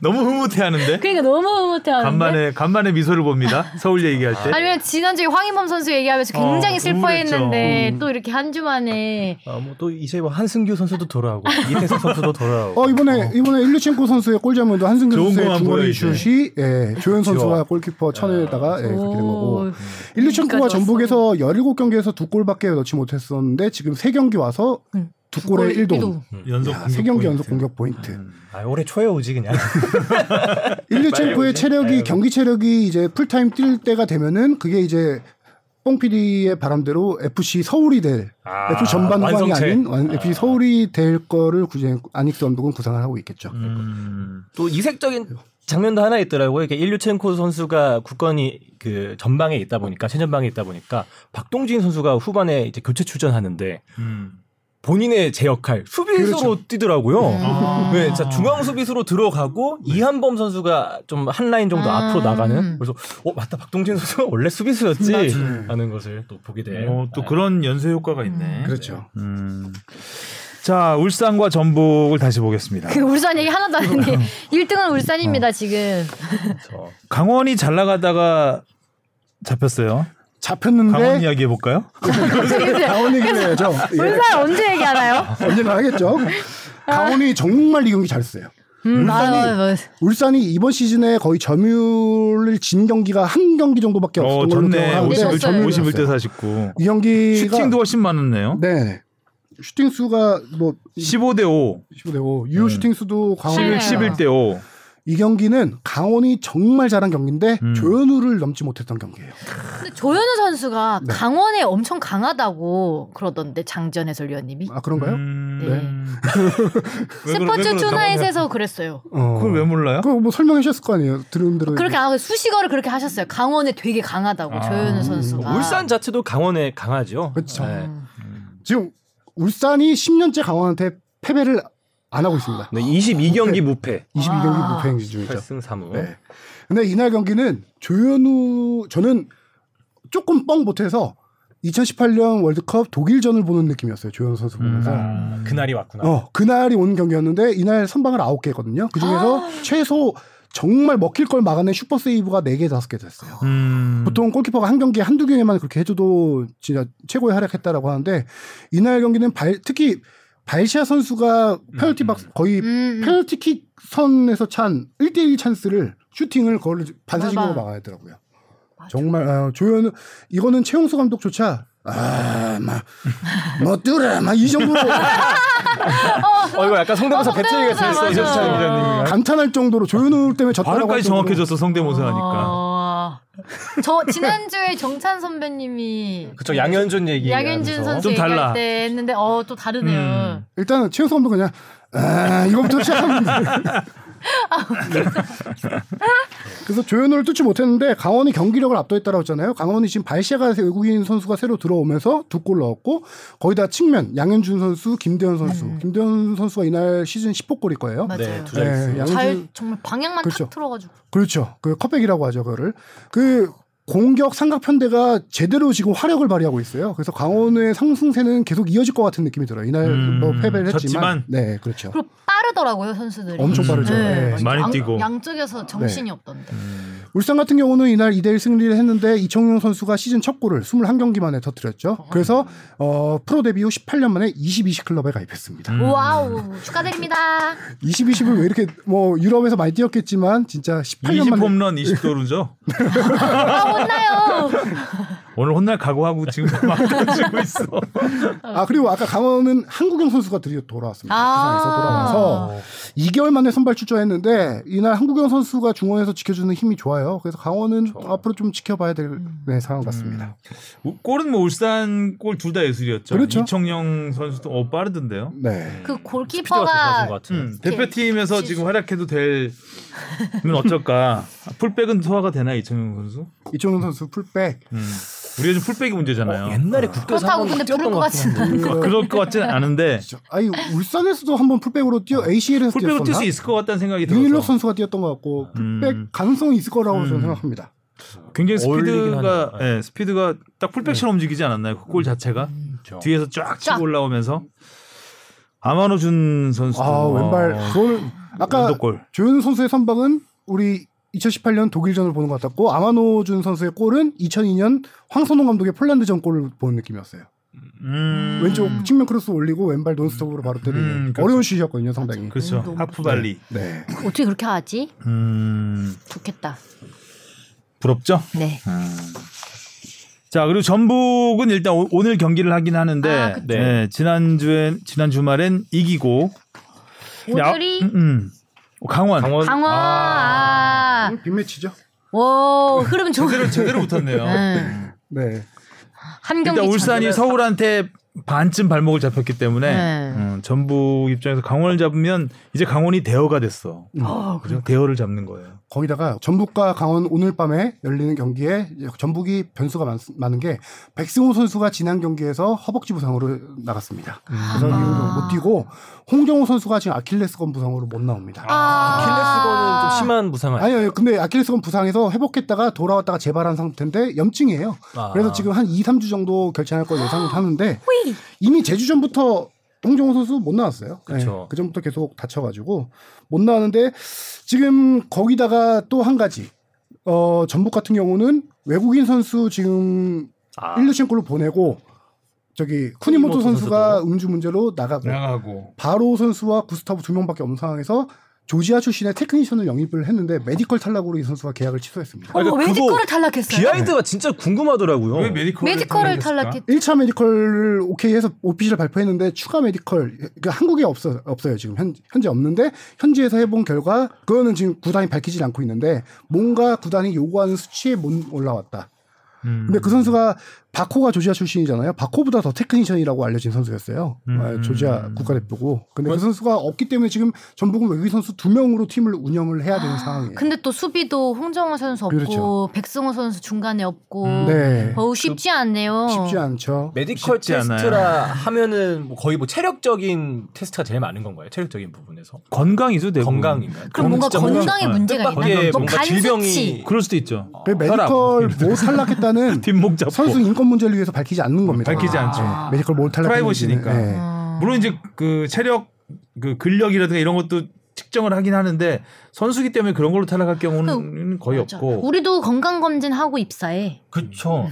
S2: 너무 흐뭇해하는데.
S1: 그러니까 너무 흐뭇해하는데.
S2: 간만에 간만에 미소를 봅니다. 서울 얘기할 때.
S1: 아니면 지난주에 황희범 선수 얘기하면서 굉장히
S2: 어,
S1: 슬퍼했는데
S2: 우울했죠. 음.
S1: 또 이렇게 한 주만에
S3: 아, 뭐또 이제 뭐 한승규 선수도 돌아오고 이태석 선수도 돌아오고.
S4: 어 이번에 이번에 일류첸코 선수의 골자문도 한승규
S2: 좋은
S4: 선수의
S2: 것만 보여,
S4: 중거리
S2: 이제.
S4: 슛이 예, 조현 선수가 골키퍼 쳐내다가 예, 그렇게 된 거고
S1: 오,
S4: 일류첸코가
S1: 그러니까 좋았어.
S4: 전북에서 17경기에서 두 골밖에 넣지 못했었는데 지금 세 경기 와서
S1: 응.
S4: 두 두 골에
S1: 골
S4: 1도.
S2: 연속
S4: 야,
S2: 공격
S4: 세 경기 연속
S2: 포인트.
S4: 공격 포인트. 음.
S5: 아, 올해 초에 오지 그냥.
S4: 일류첸코의 체력이 경기 체력이 이제 풀타임 뛸 때가 되면은 그게 이제 뽕 PD의 바람대로 FC 서울이 될
S5: 아,
S4: FC 전반관이
S5: 완성체.
S4: 아닌 완- FC 서울이 될 거를 구제 아닉스 감독은 구상을 하고 있겠죠.
S2: 음.
S3: 또 이색적인
S5: 장면도 하나 있더라고요. 이게 일류첸코 선수가 국건이 그 전방에 있다 보니까 최전방에 있다 보니까 박동진 선수가 후반에 이제 교체 출전하는데
S2: 음.
S5: 본인의 제 역할 수비수로
S4: 그렇죠.
S5: 뛰더라고요.
S4: 아.
S1: 음.
S5: 네, 진짜 중앙 수비수로 들어가고
S4: 네.
S5: 이한범 선수가 좀 한 라인 정도
S4: 아.
S5: 앞으로
S1: 음.
S5: 나가는. 그래서 어 맞다 박동진 선수가 원래 수비수였지
S4: 맞지.
S5: 하는 것을 또 보게
S3: 네.
S5: 돼.
S2: 네.
S5: 네,
S2: 어, 또 그런 연쇄 효과가 있네.
S4: 그렇죠.
S2: 음. 자, 울산과 전북을 다시 보겠습니다.
S1: 그 울산 얘기 하나도 안 했네. 1등은 울산입니다, 지금.
S5: 그렇죠.
S2: 강원이 잘 나가다가 잡혔어요. 강원
S4: 잡혔는데 그
S2: 이야기 해볼까요?
S4: 강원 얘기를 해야죠. 예.
S1: 울산 언제 얘기하나요?
S4: 언제나 하겠죠.
S1: 아.
S4: 강원이 정말 이 경기 잘했어요.
S1: 음,
S4: 울산이-
S1: 아, 뭐,
S4: 울산이 이번 시즌에 거의 점유를 진 경기가 한 경기 정도밖에
S2: 어,
S4: 없었던 걸로
S2: 좋네.
S4: 기억하고
S1: 오십-
S4: 있어요.
S1: 네, 졌어요.
S2: 51, 대 49.
S4: 이 경기가
S2: 슈팅도 훨씬 많았네요.
S4: 네 슈팅 수가 뭐
S2: 15대 5,
S4: 15대5
S2: 네.
S4: 유효 슈팅 수도 강원이
S1: 네.
S2: 11대 5.
S4: 이 경기는 강원이 정말 잘한 경기인데
S2: 음.
S4: 조현우를 넘지 못했던 경기예요.
S1: 근데 조현우 선수가
S4: 네.
S1: 강원에 엄청 강하다고 그러던데, 장전 해설위원님이.
S4: 아 그런가요?
S2: 음.
S1: 스포츠 투나잇에서 그랬어요.
S4: 어.
S2: 그걸 왜 몰라요?
S4: 그거 뭐 설명해 주셨을 거 아니에요. 들은 대로
S1: 그렇게 안 하고 수식어를 그렇게 하셨어요. 강원에 되게 강하다고
S2: 아.
S1: 조현우 선수가. 음.
S5: 울산 자체도 강원에 강하죠.
S4: 그렇죠.
S5: 네.
S4: 지금 울산이 10년째 강원한테 패배를 안 하고 있습니다.
S5: 22경기 무패.
S4: 22경기 뭐
S1: 아.
S4: 무패 행진
S2: 그렇죠.
S4: 중이죠.
S5: 8승
S3: 어?
S5: 3무.
S4: 네. 근데 이날 경기는 조현우 저는 조금 뻥 못해서 2018년 월드컵 독일전을 보는 느낌이었어요. 조현우 선수
S2: 음.
S4: 보면서.
S2: 아.
S5: 그날이 왔구나.
S4: 어, 그날이 온 경기였는데 이날 선방을 9개 했거든요. 그중에서 최소 정말 먹힐 걸 막아낸 슈퍼 세이브가 4개, 5개 됐어요.
S2: 음.
S4: 보통 골키퍼가 한 경기에 한두 경기만 그렇게 해줘도 진짜 최고의 활약했다라고 하는데 이날 경기는 발, 특히 발시아 선수가 페널티 박스 거의
S1: 음, 음.
S4: 페널티킥 선에서 찬 1대1 찬스를 슈팅을 그걸 반사식으로
S1: 맞아.
S4: 막아야 되더라고요. 정말 아, 조현 이거는 최용수 감독조차 아막못 들어 막이 정도로
S5: 어, 이거 약간 성대모사
S1: 어,
S5: 배틀이
S1: 성대모사,
S5: 같았어요.
S1: 맞아.
S5: 이정찬 기자님이랑.
S4: 감탄할 정도로 조현우 때문에 졌다라고 할
S2: 발음까지
S4: 정도로
S2: 정확해졌어 성대모사하니까.
S1: 어. 저 지난주에 정찬 선배님이
S5: 그쵸 양현준 얘기.
S1: 양현준
S5: 하면서.
S1: 선수
S2: 좀 달라.
S1: 얘기할 때 했는데 어 또 다르네요.
S2: 음.
S4: 일단은 최용수 감독 그냥 아 이거부터 시작합니다.
S1: 아,
S4: 네. 그래서 조현우를 뚫지 못했는데 강원이 경기력을 압도했다라고 했잖아요. 강원이 지금 발시아가 외국인 선수가 새로 들어오면서 두 골 넣었고 거의 다 측면 양현준 선수, 김대현 선수. 김대현 선수가 이날 시즌 10호 골일 거예요.
S1: 음. 맞아요.
S5: 네, 두 자릿수.
S4: 네, 양현준-
S1: 잘 정말 방향만
S4: 그렇죠.
S1: 탁 틀어가지고
S4: 그렇죠. 그 컵백이라고 하죠, 그거를. 그 공격 삼각 편대가 제대로 지금 화력을 발휘하고 있어요. 그래서 강원의 상승세는 계속 이어질 것 같은 느낌이 들어요. 이날
S2: 음,
S4: 뭐 패배를 했지만,
S2: 졌지만.
S4: 네, 그렇죠.
S1: 그리고 빠르더라고요 선수들이.
S4: 엄청 빠르죠. 네.
S1: 맞아요.
S2: 많이
S1: 양-
S2: 뛰고.
S1: 양쪽에서 정신이 없던데.
S4: 울산 같은 경우는 이날 2대1 승리를 했는데 이청용 선수가 시즌 첫 골을 21경기 만에 터뜨렸죠. 그래서 어, 프로 데뷔 후 18년 만에 22시 클럽에 가입했습니다.
S2: 음.
S5: 음.
S1: 와우 축하드립니다.
S4: 22시를 왜 이렇게 뭐 유럽에서 많이 뛰었겠지만 진짜 18년
S2: 20
S4: 만에
S2: 홈런 20도루죠.
S1: 아 혼나요.
S2: 오늘 혼날 각오하고 지금 막 던지고 있어.
S4: 아 그리고 아까 강원은 한국영 선수가 드디어 돌아왔습니다.
S1: 아.
S4: 부상에서 돌아와서 2개월 만에 선발 출전했는데 이날 한국영 선수가 중원에서 지켜주는 힘이 좋아요. 그래서 강원은 앞으로 좀 지켜봐야 될 네, 상황 같습니다.
S2: 우- 골은 뭐 울산 골 둘 다 예술이었죠.
S4: 그렇죠.
S2: 이청용 선수도 어 빠르던데요.
S4: 네.
S5: 피드가 좋아진
S1: 그
S5: 것
S1: 골키퍼가
S5: 같아요.
S2: 음, 대표팀에서 지금 활약해도 될면 어쩔까? 아, 풀백은 소화가 되나 이청용 선수?
S4: 이종훈 선수 풀백.
S2: 음. 우리가 좀 풀백이 문제잖아요.
S4: 어,
S5: 어, 옛날에 국가에서
S1: 그렇다고
S5: 한번
S1: 근데
S5: 뛰었던
S1: 부를 것 같은데.
S2: 그- 그럴 것 같진 않은데
S4: 아니 울산에서도 한번 풀백으로 뛰어 ACL에서
S2: 아, 풀백으로 뛸
S4: 뛰었었나?
S2: 수 있을 것 같다는 생각이
S4: 유일록
S2: 들어서
S4: 선수가 뛰었던 것 같고 풀백
S2: 음.
S4: 가능성이 있을 거라고 저는
S2: 음.
S4: 생각합니다.
S2: 굉장히
S5: 어울리긴
S2: 스피드가
S5: 하네요.
S2: 예, 스피드가 딱 풀백처럼 움직이지 않았나요? 그 골 자체가 뒤에서 쫙 치고
S1: 쫙.
S2: 올라오면서 아마노준 선수
S4: 아 왼발 골. 아까
S2: 연도골.
S4: 조현우 선수의 선방은 우리 2018년 독일전을 보는 것 같았고 아마노준 선수의 골은 2002년 황선홍 감독의 폴란드전 골을 보는 느낌이었어요.
S2: 음.
S4: 왼쪽 측면 크로스 올리고 왼발 논스톱으로 바로 때리는
S2: 음, 그렇죠.
S4: 어려운 슛이었거든요, 상당히.
S2: 그렇죠.
S1: 너무
S2: 하프 발리.
S4: 네.
S1: 어떻게 그렇게 하지?
S2: 음.
S1: 좋겠다.
S5: 음.
S2: 부럽죠?
S1: 네.
S2: 자 그리고 전북은 일단 오- 오늘 경기를 하긴 하는데
S1: 아, 그쵸.
S2: 네, 지난주에 지난 주말엔 이기고 야,
S1: 오늘이
S2: 음, 음. 강원.
S3: 강원
S1: 강화. 아.
S4: 빅매치죠.
S1: 오, 흐름 좋아.
S2: 제대로 제대로 붙었네요.
S5: 음.
S1: 네.
S4: 네.
S1: 한 경기
S2: 일단 울산이 저희가- 서울한테 반쯤 발목을 잡혔기 때문에
S1: 네.
S2: 음, 전북 입장에서 강원을 잡으면 이제 강원이 대어가 됐어.
S1: 아, 그러니까.
S2: 그죠? 대어를 잡는 거예요.
S4: 거기다가 전북과 강원 오늘 밤에 열리는 경기에 전북이 변수가 많, 많은 게 백승호 선수가 지난 경기에서 허벅지 부상으로 나갔습니다.
S1: 아.
S4: 그래서 이후로 못 뛰고 홍정호 선수가 지금 아킬레스건 부상으로 못 나옵니다.
S5: 아.
S1: 아.
S5: 킬레스건은 좀 심한 부상 아니에요?
S4: 아니요, 근데 아킬레스건 부상에서 회복했다가 돌아왔다가 재발한 상태인데 염증이에요.
S5: 아.
S4: 그래서 지금 한 2, 3주 정도 결정할 걸 예상하는데
S1: 호이.
S4: 이미 제주전부터 홍정호 선수 못 나왔어요.
S5: 그쵸.
S4: 그 전부터 계속 다쳐가지고 못 나왔는데 지금 거기다가 또 한 가지 어, 전북 같은 경우는 외국인 선수 지금
S5: 아.
S4: 일루첸코를 보내고 저기 쿠니모토
S5: 쿠니모토
S4: 선수가 음주 문제로 나가고
S2: 네. 나가고
S4: 바로 선수와 구스타브 두 명밖에 없는 상황에서 조지아 출신의 테크니션을 영입을 했는데 메디컬 탈락으로 이 선수가 계약을 취소했습니다.
S1: 어,
S5: 아니, 그러니까
S1: 왜
S5: 그거
S1: 디코를 탈락했어요?
S5: 비하인드가 진짜 궁금하더라고요.
S3: 어.
S2: 메디컬을,
S1: 메디컬을 탈락했.
S4: 1차 메디컬을 오케이 해서 오피셜 발표했는데 추가 메디컬 그러니까 한국에 없어 없어요 지금 현, 현재 없는데 현지에서 해본 결과 그거는 지금 구단이 밝히진 않고 있는데 뭔가 구단이 요구하는 수치에 못 올라왔다. 근데 그 선수가 바코가 조지아 출신이잖아요. 바코보다 더 테크니션이라고 알려진 선수였어요. 아, 조지아 국가대표고. 근데 그 선수가 없기 때문에 지금 전북은 외국인 선수 두 명으로 팀을 운영을 해야 되는 상황이에요.
S1: 근데 또 수비도 홍정호 선수 없고
S4: 그렇죠.
S1: 백승호 선수 중간에 없고
S5: 음.
S4: 네.
S1: 어우 쉽지 않네요.
S4: 쉽지 않죠.
S5: 메디컬
S2: 쉽지 않아요.
S5: 테스트라 하면은 뭐 거의 뭐 체력적인 테스트가 제일 많은 건가요? 체력적인 부분에서
S2: 건강이죠 대부분.
S5: 건강인가요?
S1: 그럼 뭔가
S2: 진짜 건강-
S1: 건강에
S2: 어,
S1: 문제가
S5: 음. 뜻밖의
S1: 있나? 뭐
S5: 뭔가
S1: 간수치.
S5: 질병이-
S2: 그럴 수도 있죠.
S4: 그 메디컬 못 탈락했다는
S2: 뒷목 잡고
S4: 선수 인권 문제를 위해서 밝히지 않는 겁니다.
S2: 뭐
S4: 네.
S2: 밝히지
S1: 아.
S2: 않죠.
S4: 메디컬 못 탈락했는지는.
S2: 프라이버시니까.
S4: 네.
S1: 어.
S2: 물론 이제 그 체력 그 근력이라든가 이런 것도 측정을 하긴 하는데 선수기 때문에 그런 걸로 탈락할 경우는 거의
S1: 그, 맞아.
S2: 없고 뭐
S1: 우리도 건강 검진 하고 입사해.
S5: 그렇죠.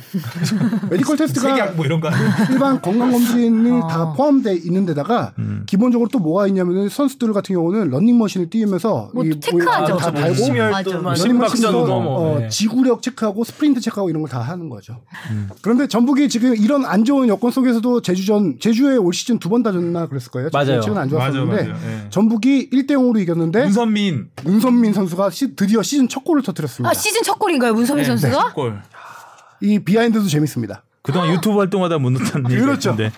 S4: 메디컬 테스트가
S2: 뭐 이런 거
S4: 일반 건강검진을
S1: 아.
S4: 다 포함돼 있는 데다가
S2: 음.
S4: 기본적으로 또 뭐가 있냐면은 선수들 같은 경우는 런닝머신을 뛰면서
S1: 뭐
S4: 이
S1: 체크하죠.
S4: 다
S1: 맞아.
S4: 달고
S1: 심혈-
S5: 심박수도
S4: 심박수도
S2: 뭐,
S5: 넘어.
S4: 어,
S5: 네.
S4: 지구력 체크하고 스프린트 체크하고 이런 걸 다 하는 거죠.
S2: 음.
S4: 그런데 전북이 지금 이런 안 좋은 여건 속에서도 제주전 제주에 올 시즌 두 번 다 졌나 그랬을 거예요.
S5: 맞아요.
S4: 지금 안
S2: 맞아
S4: 좋았었는데
S2: 맞아. 예.
S4: 전북이 1대 0으로 이겼는데
S2: 문선민
S4: 문선민 선수가 시- 드디어 시즌 첫 골을 터뜨렸습니다.
S1: 아 시즌 첫 골인가요
S2: 예,
S1: 문성민 그
S4: 네.
S1: 선수가? 아.
S2: 골.
S4: 이 비하인드도 재밌습니다.
S2: 네.
S5: 아,
S2: 그동안 유튜브 활동하다 못 넣었다는 얘기
S4: 그렇죠.
S2: 같은데.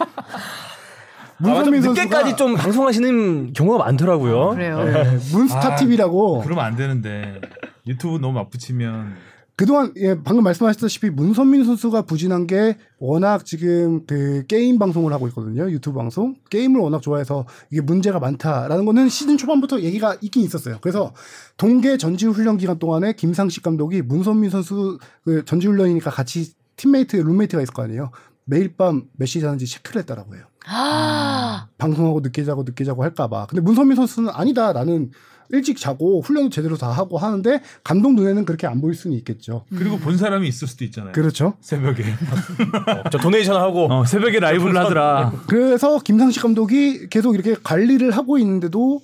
S4: 문선민 선수가
S5: 아, 늦게까지 좀 방송하시는 경우가 많더라고요.
S1: 아, 그래요.
S4: 네, 문스타
S2: 아,
S4: TV라고
S2: 그러면 안 되는데 유튜브 너무 맞붙이면
S4: 그동안 예, 방금 말씀하셨다시피 문선민 선수가 부진한 게 워낙 지금 그 게임 방송을 하고 있거든요. 유튜브 방송. 게임을 워낙 좋아해서 이게 문제가 많다라는 거는 시즌 초반부터 얘기가 있긴 있었어요. 그래서 동계 전지훈련 기간 동안에 김상식 감독이 문선민 선수 그 전지훈련이니까 같이 팀메이트, 룸메이트가 있을 거 아니에요. 매일 밤 몇 시에 자는지 체크를 했다라고 해요.
S1: 아,
S4: 방송하고 늦게 자고 늦게 자고 할까봐. 근데 문선민 선수는 아니다. 나는 일찍 자고 훈련도 제대로 다 하고 하는데 감독 눈에는 그렇게 안 보일 수는 있겠죠.
S2: 그리고
S1: 음.
S2: 본 사람이 있을 수도 있잖아요.
S4: 그렇죠.
S2: 새벽에.
S5: 어, 저 도네이션 하고
S2: 어, 새벽에 라이브를 하더라.
S4: 그래서 김상식 감독이 계속 이렇게 관리를 하고 있는데도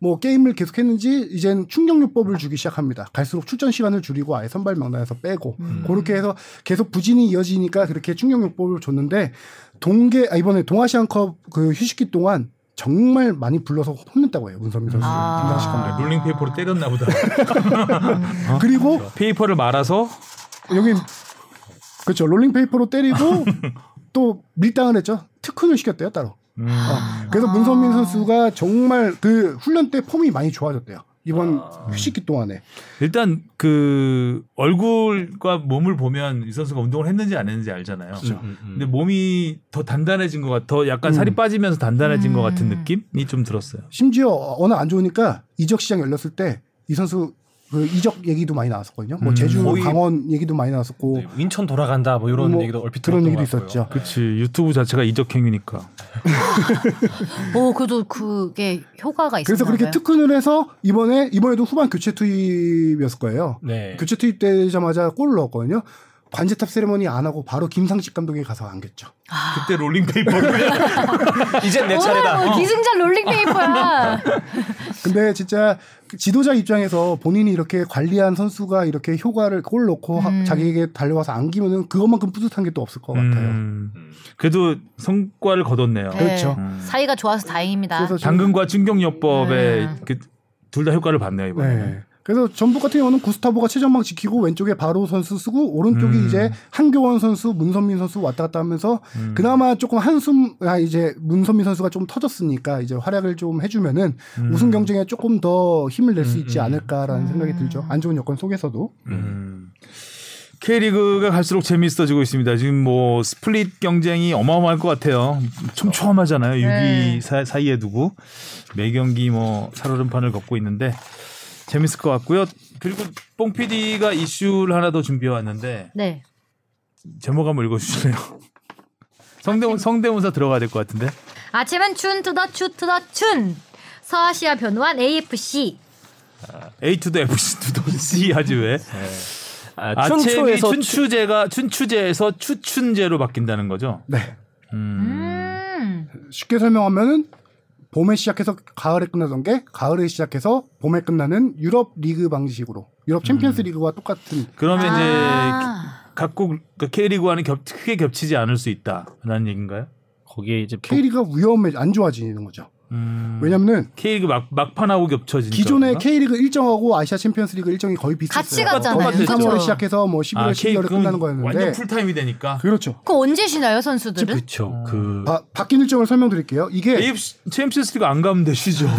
S4: 뭐 게임을 계속했는지 이젠 충격요법을 주기 시작합니다. 갈수록 출전 시간을 줄이고 아예 선발 명단에서 빼고 그렇게 해서 계속 부진이 이어지니까 그렇게 충격요법을 줬는데 동계 아 이번에 동아시안컵 그 휴식기 동안 정말 많이 불러서 혼냈다고 해요 문선민 선수
S1: 아.
S4: 김상식
S2: 아,
S4: 감독.
S2: 롤링 페이퍼로 때렸나 보다.
S4: 그리고
S2: 어? 페이퍼를 말아서
S4: 여기 그렇죠 롤링페이퍼로 때리고 또 밀당을 했죠 특훈을 시켰대요 따로.
S2: 음.
S4: 어, 그래서 문선민 선수가 정말 그 훈련 때 폼이 많이 좋아졌대요. 이번 휴식기 동안에
S2: 일단 그 얼굴과 몸을 보면 이 선수가 운동을 했는지 안 했는지 알잖아요. 음.
S5: 음,
S2: 근데 몸이 더 단단해진 것 같아. 더 약간 살이 빠지면서 단단해진 것 같은 느낌이 좀 들었어요.
S4: 심지어 워낙 안 좋으니까 이적 시장 열렸을 때 이 선수 그 이적 얘기도 많이 나왔었거든요.
S2: 음.
S4: 뭐 제주,
S5: 거의-
S4: 강원 얘기도 많이 나왔었고
S5: 네, 인천 돌아간다 뭐 이런
S4: 뭐
S5: 얘기도 얼핏
S4: 그런
S5: 들었던
S4: 얘기도
S5: 것 같고요.
S4: 있었죠.
S2: 그치 유튜브 자체가 이적행위니까.
S1: 오 어, 그래도 그게 효과가 있어요.
S4: 그래서 그렇게 특훈을 해서 이번에 이번에도 후반 교체 그 투입이었을 거예요.
S5: 네.
S4: 교체 투입되자마자 골을 넣었거든요. 관제탑 세레머니 안 하고 바로 김상식 감독이 가서 안겼죠.
S2: 그때 롤링페이퍼를
S5: 이제 내 차례다. 어.
S1: 오늘 어, 뭐 기승전 롤링페이퍼야. 네.
S4: 근데 진짜 그 지도자 입장에서 본인이 이렇게 관리한 선수가 이렇게 효과를 골 넣고 하-
S1: 음.
S4: 자기에게 달려와서 안기면은 그것만큼 뿌듯한 게 또 없을 것 같아요.
S2: 음, 그래도 성과를 거뒀네요.
S1: 네.
S4: 그렇죠.
S2: 음.
S1: 사이가 좋아서 다행입니다.
S4: 그래서 좀-
S2: 당근과 충격요법에 그
S1: 음.
S2: 둘 다 효과를 봤네요 이번에.
S4: 네. 그래서 전북 같은 경우는 구스타보가 최전방 지키고 왼쪽에 바로 선수 쓰고 오른쪽이
S2: 음.
S4: 이제 한교원 선수, 문선민 선수 왔다 갔다 하면서
S2: 음.
S4: 그나마 조금 한숨 아 이제 문선민 선수가 좀 터졌으니까 이제 활약을 좀 해주면은
S2: 음.
S4: 우승 경쟁에 조금 더 힘을 낼 수
S2: 음,
S4: 있지
S2: 음.
S4: 않을까라는 생각이
S1: 음.
S4: 들죠. 안 좋은 여건 속에서도
S2: 음. K리그가 갈수록 재미있어지고 있습니다. 지금 뭐 스플릿 경쟁이 어마어마할 것 같아요. 촘촘하잖아요. 6위
S1: 네.
S2: 사, 사이에 두고 매 경기 뭐 살얼음판을 걷고 있는데 재밌을 것 같고요. 그리고 뽕 PD가 이슈를 하나 더 준비해 왔는데
S1: 네.
S2: 제목 한번 읽어주실래요? 성대모, 성대모사 들어가야 될 것 같은데.
S1: 아침은 춘 트더 추 트더 춘. 서아시아 변호한 AFC.
S2: A to the FC to the C 하지 왜?
S5: 네. 아,
S2: 아침이
S5: 춘추에서
S2: 춘추제가 춘추제에서 추춘제로 바뀐다는 거죠.
S4: 네
S1: 음.
S4: 쉽게 설명하면은 봄에 시작해서 가을에 끝나던 게 가을에 시작해서 봄에 끝나는 유럽 리그 방식으로 유럽
S2: 음.
S4: 챔피언스 리그와 똑같은
S2: 그러면 이제
S1: 아.
S2: 각국 그 K리그와는 겹, 크게 겹치지 않을 수 있다라는 얘기인가요?
S5: 거기에 이제
S4: K리그가 위험해 안 좋아지는 거죠.
S2: 음,
S4: 왜냐면은
S2: K리그 막, 막판하고 겹쳐진 아,
S4: 기존의
S2: 거구나?
S4: K리그 일정하고 아시아 챔피언스 리그 일정이 거의 비슷했어요.
S1: 같이 갔잖아요.
S4: 이, 삼월에
S1: 그렇죠.
S4: 시작해서 뭐 11월,
S2: 아, K-
S4: 12월에 끝나는
S2: 그건
S4: 거였는데
S2: 완전 풀타임이 되니까
S4: 그렇죠.
S1: 그거 언제 쉬나요, 선수들은?
S5: 그렇죠. 그
S4: 바, 바뀐 일정을 설명드릴게요. 이게
S2: AFC 챔피언스리그 안 가면 돼 쉬죠.
S4: 네.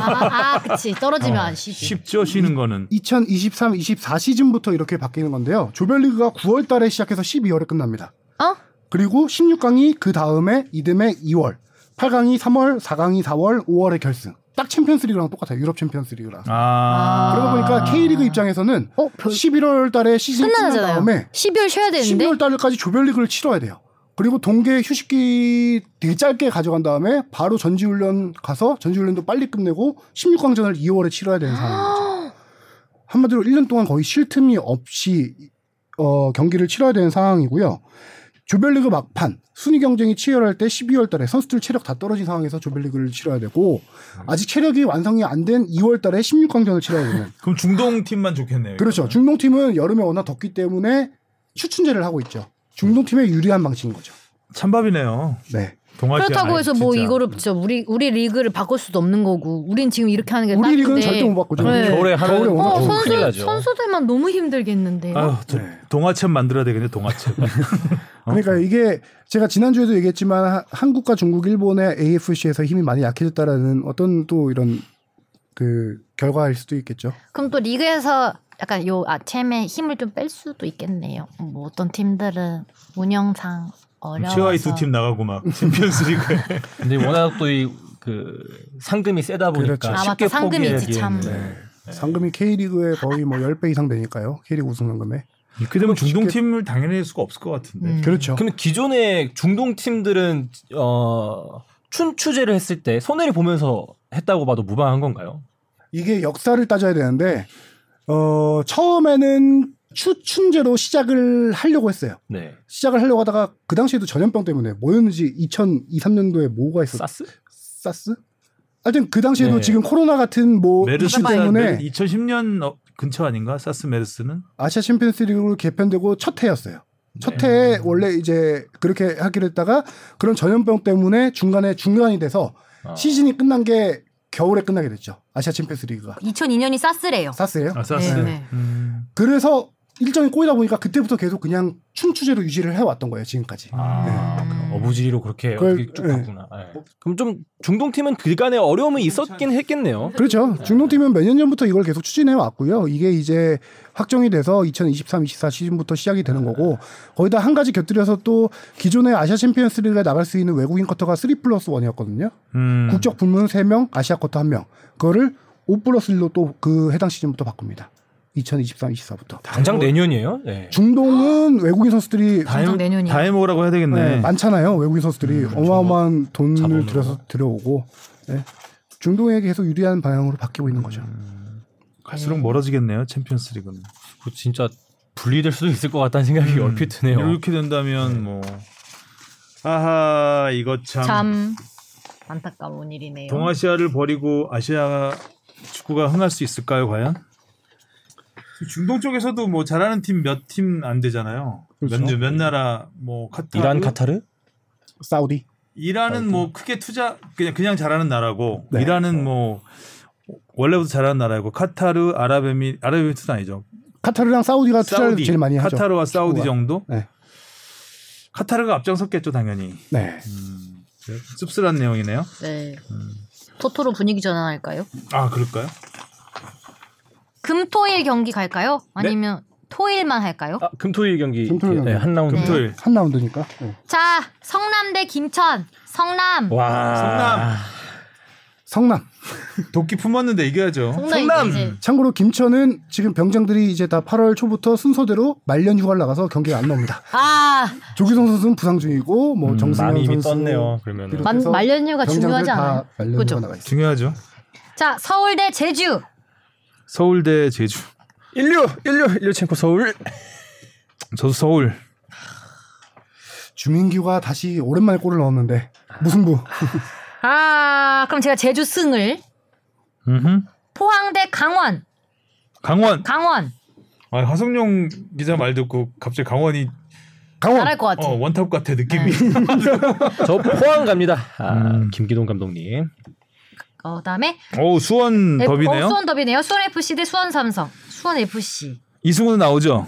S1: 아, 아, 그치. 떨어지면 안 쉬지.
S2: 쉽죠 쉬는 거는.
S4: 2023-24 시즌부터 이렇게 바뀌는 건데요. 조별리그가 9월 달에 시작해서 12월에 끝납니다.
S1: 어?
S4: 그리고 16강이 그 다음에 이듬해 2월, 8강이 3월, 4강이 4월, 5월에 결승. 딱 챔피언스 리그랑 똑같아요. 유럽 챔피언스 리그랑.
S2: 아,
S4: 그러다 보니까 K리그 입장에서는
S1: 어, 별...
S4: 11월 달에 시즌 끝난
S1: 끝나잖아요.
S4: 다음에
S1: 12월 쉬어야 되는데.
S4: 12월 달까지 조별리그를 치러야 돼요. 그리고 동계 휴식기 되게 짧게 가져간 다음에 바로 전지훈련 가서 전지훈련도 빨리 끝내고 16강전을 2월에 치러야 되는 상황이죠. 한마디로 1년 동안 거의 쉴 틈이 없이 어, 경기를 치러야 되는 상황이고요. 조별리그 막판 순위 경쟁이 치열할 때 12월 달에 선수들 체력 다 떨어진 상황에서 조별리그를 치러야 되고 아직 체력이 완성이 안 된 2월 달에 16강전을 치러야 되는
S2: 그럼 중동 팀만 좋겠네요.
S4: 그렇죠. 중동팀은 여름에 워낙 덥기 때문에 추춘제를 하고 있죠. 중동팀에 유리한 방식인 거죠.
S2: 찬밥이네요.
S4: 네.
S2: 동아시아
S1: 그렇다고 해서 뭐
S2: 진짜.
S1: 이거를 저 우리 우리 리그를 바꿀 수도 없는 거고 우린 지금 이렇게 하는 게
S4: 우리
S1: 네, 딱인데.
S4: 리그는 절대 못 바꾸죠.
S1: 네.
S5: 겨울에 하면-
S4: 겨울에 워낙
S5: 어,
S1: 어,
S4: 더워.
S5: 큰일
S1: 선수
S5: 나죠.
S1: 선수들만 너무 힘들겠는데.
S2: 아유, 저-
S4: 네.
S2: 동화책 만들어야 되겠네 동화책.
S5: 아.
S4: 그러니까 이게 제가 지난주에도 얘기했지만 하- 한국과 중국, 일본의 AFC에서 힘이 많이 약해졌다라는 어떤 또 이런 그 결과일 수도 있겠죠.
S1: 그럼 또 리그에서 약간 요 아침에 힘을 좀 뺄 수도 있겠네요. 뭐 어떤 팀들은 운영상 어려워서.
S2: 최하위 두팀 나가고 막 챔피언스리그.
S5: 근데 워낙 또 이 그 상금이 세다 보니까
S4: 그렇죠.
S1: 아, 맞다.
S5: 쉽게
S1: 상금이 있지,
S5: 포기하기에는.
S1: 참.
S5: 네.
S4: 상금이 K리그에 거의 뭐 10배 이상 되니까요. K리그 우승 상금에.
S2: 이렇게
S4: 뭐
S2: 되면 중동 팀을 당연히 할 수가 없을 것 같은데.
S1: 음.
S4: 그렇죠.
S5: 그럼 기존의 중동 팀들은 어 춘추제를 했을 때 손해를 보면서 했다고 봐도 무방한 건가요?
S4: 이게 역사를 따져야 되는데 어, 처음에는 추춘제로 시작을 하려고 했어요.
S5: 네.
S4: 시작을 하려고 하다가 그 당시에도 전염병 때문에 뭐였는지 2002, 3년도에 뭐가 있었
S5: 사스?
S4: 사스? 하여튼 그 당시에도
S5: 네.
S4: 지금 코로나 같은
S1: 어,
S4: 뭐
S2: 메르스
S4: 이슈 때문에
S2: 2010년 어, 근처 아닌가? 사스 메르스는
S4: 아시아 챔피언스 리그로 개편되고 첫 해였어요. 첫 해에 원래 이제 그렇게 하기로 했다가 그런 전염병 때문에 중간에 중간이 돼서
S5: 아.
S4: 시즌이 끝난 게 겨울에 끝나게 됐죠. 아시아 챔피언스 리그가.
S1: 2002년이 사스래요.
S4: 사스예요.
S2: 아, 사스.
S1: 네, 네.
S2: 음.
S4: 그래서 일정이 꼬이다 보니까 그때부터 계속 그냥 춘추제로 유지를 해왔던 거예요. 지금까지.
S5: 아, 그 어부지리로 그렇게
S4: 그걸-
S5: 어떻게 쭉
S4: 네.
S5: 갔구나. 예. 그럼 좀 중동 팀은 그간에 어려움이 있었긴 했겠네요.
S4: 그렇죠. 중동팀은 몇 년 전부터 이걸 계속 추진해 왔고요. 이게 이제 확정이 돼서 2023, 24 시즌부터 시작이 되는 거고 거기다 한 가지 곁들여서 또 기존의 아시아 챔피언스 리그에 나갈 수 있는 외국인 쿼터가 3 플러스 1이었거든요.
S2: 음.
S4: 국적 불문 3명, 아시아 쿼터 1명. 그거를 5 플러스 1로 또 그 해당 시즌부터 바꿉니다. 2023, 24부터.
S5: 당장 내년이에요? 네.
S4: 중동은 외국인 선수들이
S1: 당장 내년이에요.
S2: 다이모라고 해야 되겠네.
S4: 네, 많잖아요. 외국인 선수들이 어마어마한 돈을
S5: 음, 그렇죠. 자본으로.
S4: 들여서 들여오고 네. 중동에 계속 유리한
S5: 음.
S4: 방향으로 바뀌고 있는 거죠.
S1: 네.
S2: 갈수록 멀어지겠네요. 챔피언스리그는.
S5: 그거 진짜 분리될 수도 있을 것 같다는 생각이
S2: 음,
S5: 얼핏 드네요.
S2: 이렇게 된다면 뭐 아하 이거 참,
S1: 참 안타까운 일이네요.
S2: 동아시아를 버리고 아시아 축구가 흥할 수 있을까요 과연? 중동 쪽에서도 뭐 잘하는 팀 몇 팀 안 되잖아요.
S4: 그렇죠.
S2: 몇, 몇 나라 뭐 카타르,
S5: 이란 카타르?
S4: 사우디.
S2: 이란은 뭐 크게 투자 그냥 그냥 잘하는 나라고
S4: 네.
S2: 이란은 뭐 원래부터 잘하는 나라고 카타르, 아랍에미 아랍에미리트는 아니죠.
S4: 카타르랑 사우디가 투자를 제일 많이 하죠.
S2: 카타르와 사우디
S4: 축구가.
S2: 정도.
S4: 네.
S2: 카타르가 앞장섰겠죠 당연히.
S4: 네.
S2: 음, 씁쓸한 내용이네요.
S1: 네. 토토로 분위기 전환할까요?
S2: 아 그럴까요?
S1: 금토일 경기 갈까요? 아니면 토일만 할까요?
S5: 아, 금토일 경기
S4: 금토일
S5: 이렇게,
S4: 경기.
S5: 네, 한 라운드.
S1: 네.
S2: 토요일.
S4: 한 라운드니까. 네.
S1: 자, 성남 대 김천.
S3: 어,
S1: 성남.
S5: 와.
S2: 성남.
S4: 성남.
S2: 네. 도끼 품었는데 이겨야죠.
S1: 성남이
S5: 성남!
S1: 이제
S4: 참고로 김천은 지금 병장들이 이제 다 8월 초부터 순서대로 말년 휴가를 나가서 경기가 안 나옵니다.
S1: 아,
S4: 조규성 선수는 부상 중이고 뭐
S5: 음,
S4: 정승현
S5: 많이 이미
S4: 선수
S5: 떴네요. 그러면
S4: 그리고-
S1: 만-
S4: 그래서
S1: 말년휴가
S4: 병장들
S1: 중요하지
S4: 다
S1: 않아요?
S4: 말년
S1: 그죠?
S4: 휴가 나가 있어요.
S2: 중요하죠.
S1: 자, 서울 대 제주.
S2: 서울대 제주.
S5: 인류 인류 인류첸코 서울.
S2: 저도 서울.
S4: 주민규가 다시 오랜만에 골을 넣었는데 무승부.
S1: 아, 그럼 제가 제주 승을
S2: 음흠.
S1: 포항 대 강원.
S2: 강원.
S1: 강원.
S2: 아, 하성룡 기자 말 듣고 갑자기 강원이
S1: 잘할 것 같아.
S2: 어, 원탑 같아 느낌이.
S5: 저 포항 갑니다. 아,
S2: 음.
S5: 김기동 감독님.
S1: 어, 그다음에
S2: 오 수원
S1: F-
S2: 더비네요.
S1: 어, 수원 더비네요. 수원 FC 대 수원 삼성. 수원 FC.
S2: 이승우는 나오죠.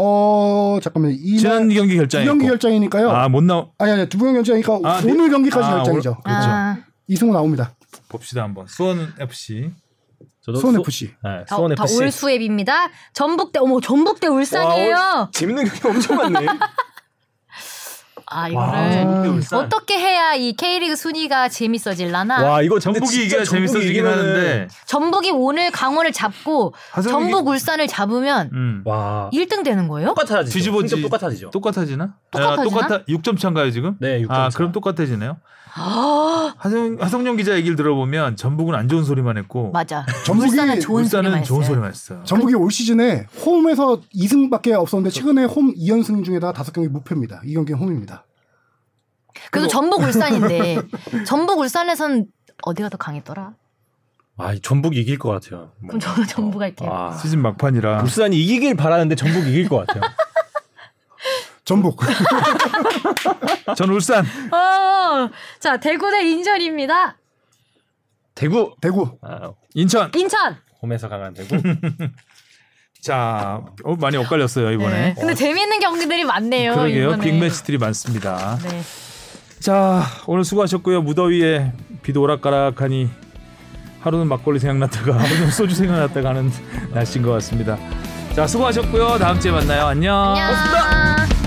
S4: 어 잠깐만 이
S2: 지난 경기 결정.
S4: 두 경기 결정이니까요. 아.
S2: 아못 나오.
S4: 니 아니 두 경기 결정이니까
S2: 아, 네.
S4: 오늘 경기까지
S2: 아,
S4: 결정이죠.
S2: 오늘- 그렇죠.
S1: 아,
S4: 이승우 나옵니다.
S2: 봅시다 한번. 수원 FC.
S5: 저도
S4: 손
S5: 소-
S4: FC.
S5: 네,
S1: 다,
S5: 수원
S1: 다
S5: FC.
S1: 올수앱입니다. 전북대 어머 전북대 울산이에요.
S5: 재밌는 경기 엄청 많네.
S1: 아
S2: 와,
S1: 이거를
S2: 전북대 울산.
S1: 어떻게 해야 이 K리그 순위가 재밌어질라나?
S5: 와 이거 근데
S2: 전북이
S5: 진짜
S2: 이겨야
S5: 전북이
S2: 재밌어지긴
S5: 이기면은-
S2: 하는데.
S1: 전북이 오늘 강원을 잡고
S2: 하성룡이-
S1: 전북 울산을 잡으면
S2: 음.
S5: 와
S1: 1등 되는 거예요?
S5: 똑같아지죠.
S2: 뒤집어지-
S5: 승점 똑같아지죠.
S2: 똑같아지나?
S1: 똑같아지나?
S2: 아, 똑같아. 6점 차인가요 지금?
S5: 네, 육
S2: 아
S5: 점 차.
S2: 그럼 똑같아지네요. 하성 하성룡 기자 얘기를 들어보면 전북은 안 좋은 소리만 했고
S1: 맞아.
S4: 전북이
S1: 울산은 좋은
S2: 울산은
S1: 소리만
S2: 좋은
S1: 했어요.
S2: 소리만 했어요.
S4: 전북이 올 시즌에 홈에서 2승밖에 없었는데 최근에 홈 2연승 중에다 다섯 경기 무패입니다. 이 경기는 홈입니다.
S1: 그래도 전북 울산인데 전북 울산에선 어디가 더 강했더라?
S5: 아 전북 이길 것 같아요. 뭐.
S1: 그럼 저도 전북 할게요.
S5: 아,
S2: 시즌 막판이라
S5: 울산이 이기길 바라는데 전북 이길 것 같아요.
S4: 전북.
S2: 전 울산
S1: 어, 자 대구 대 인천입니다.
S5: 대구
S4: 대구.
S5: 아,
S2: 인천
S1: 인천.
S5: 홈에서 강한 대구.
S2: 자 어, 많이 엇갈렸어요
S1: 네.
S2: 이번에
S1: 근데 재밌는 경기들이 많네요.
S2: 그러게요
S1: 이번에.
S2: 빅매치들이 많습니다
S1: 네.
S2: 자 오늘 수고하셨고요 무더위에 비도 오락가락하니 하루는 막걸리 생각났다가 하루는 소주 생각났다가 하는 날씨인 것 같습니다 자 아, 수고하셨고요 다음 주에 만나요 안녕
S1: 안녕.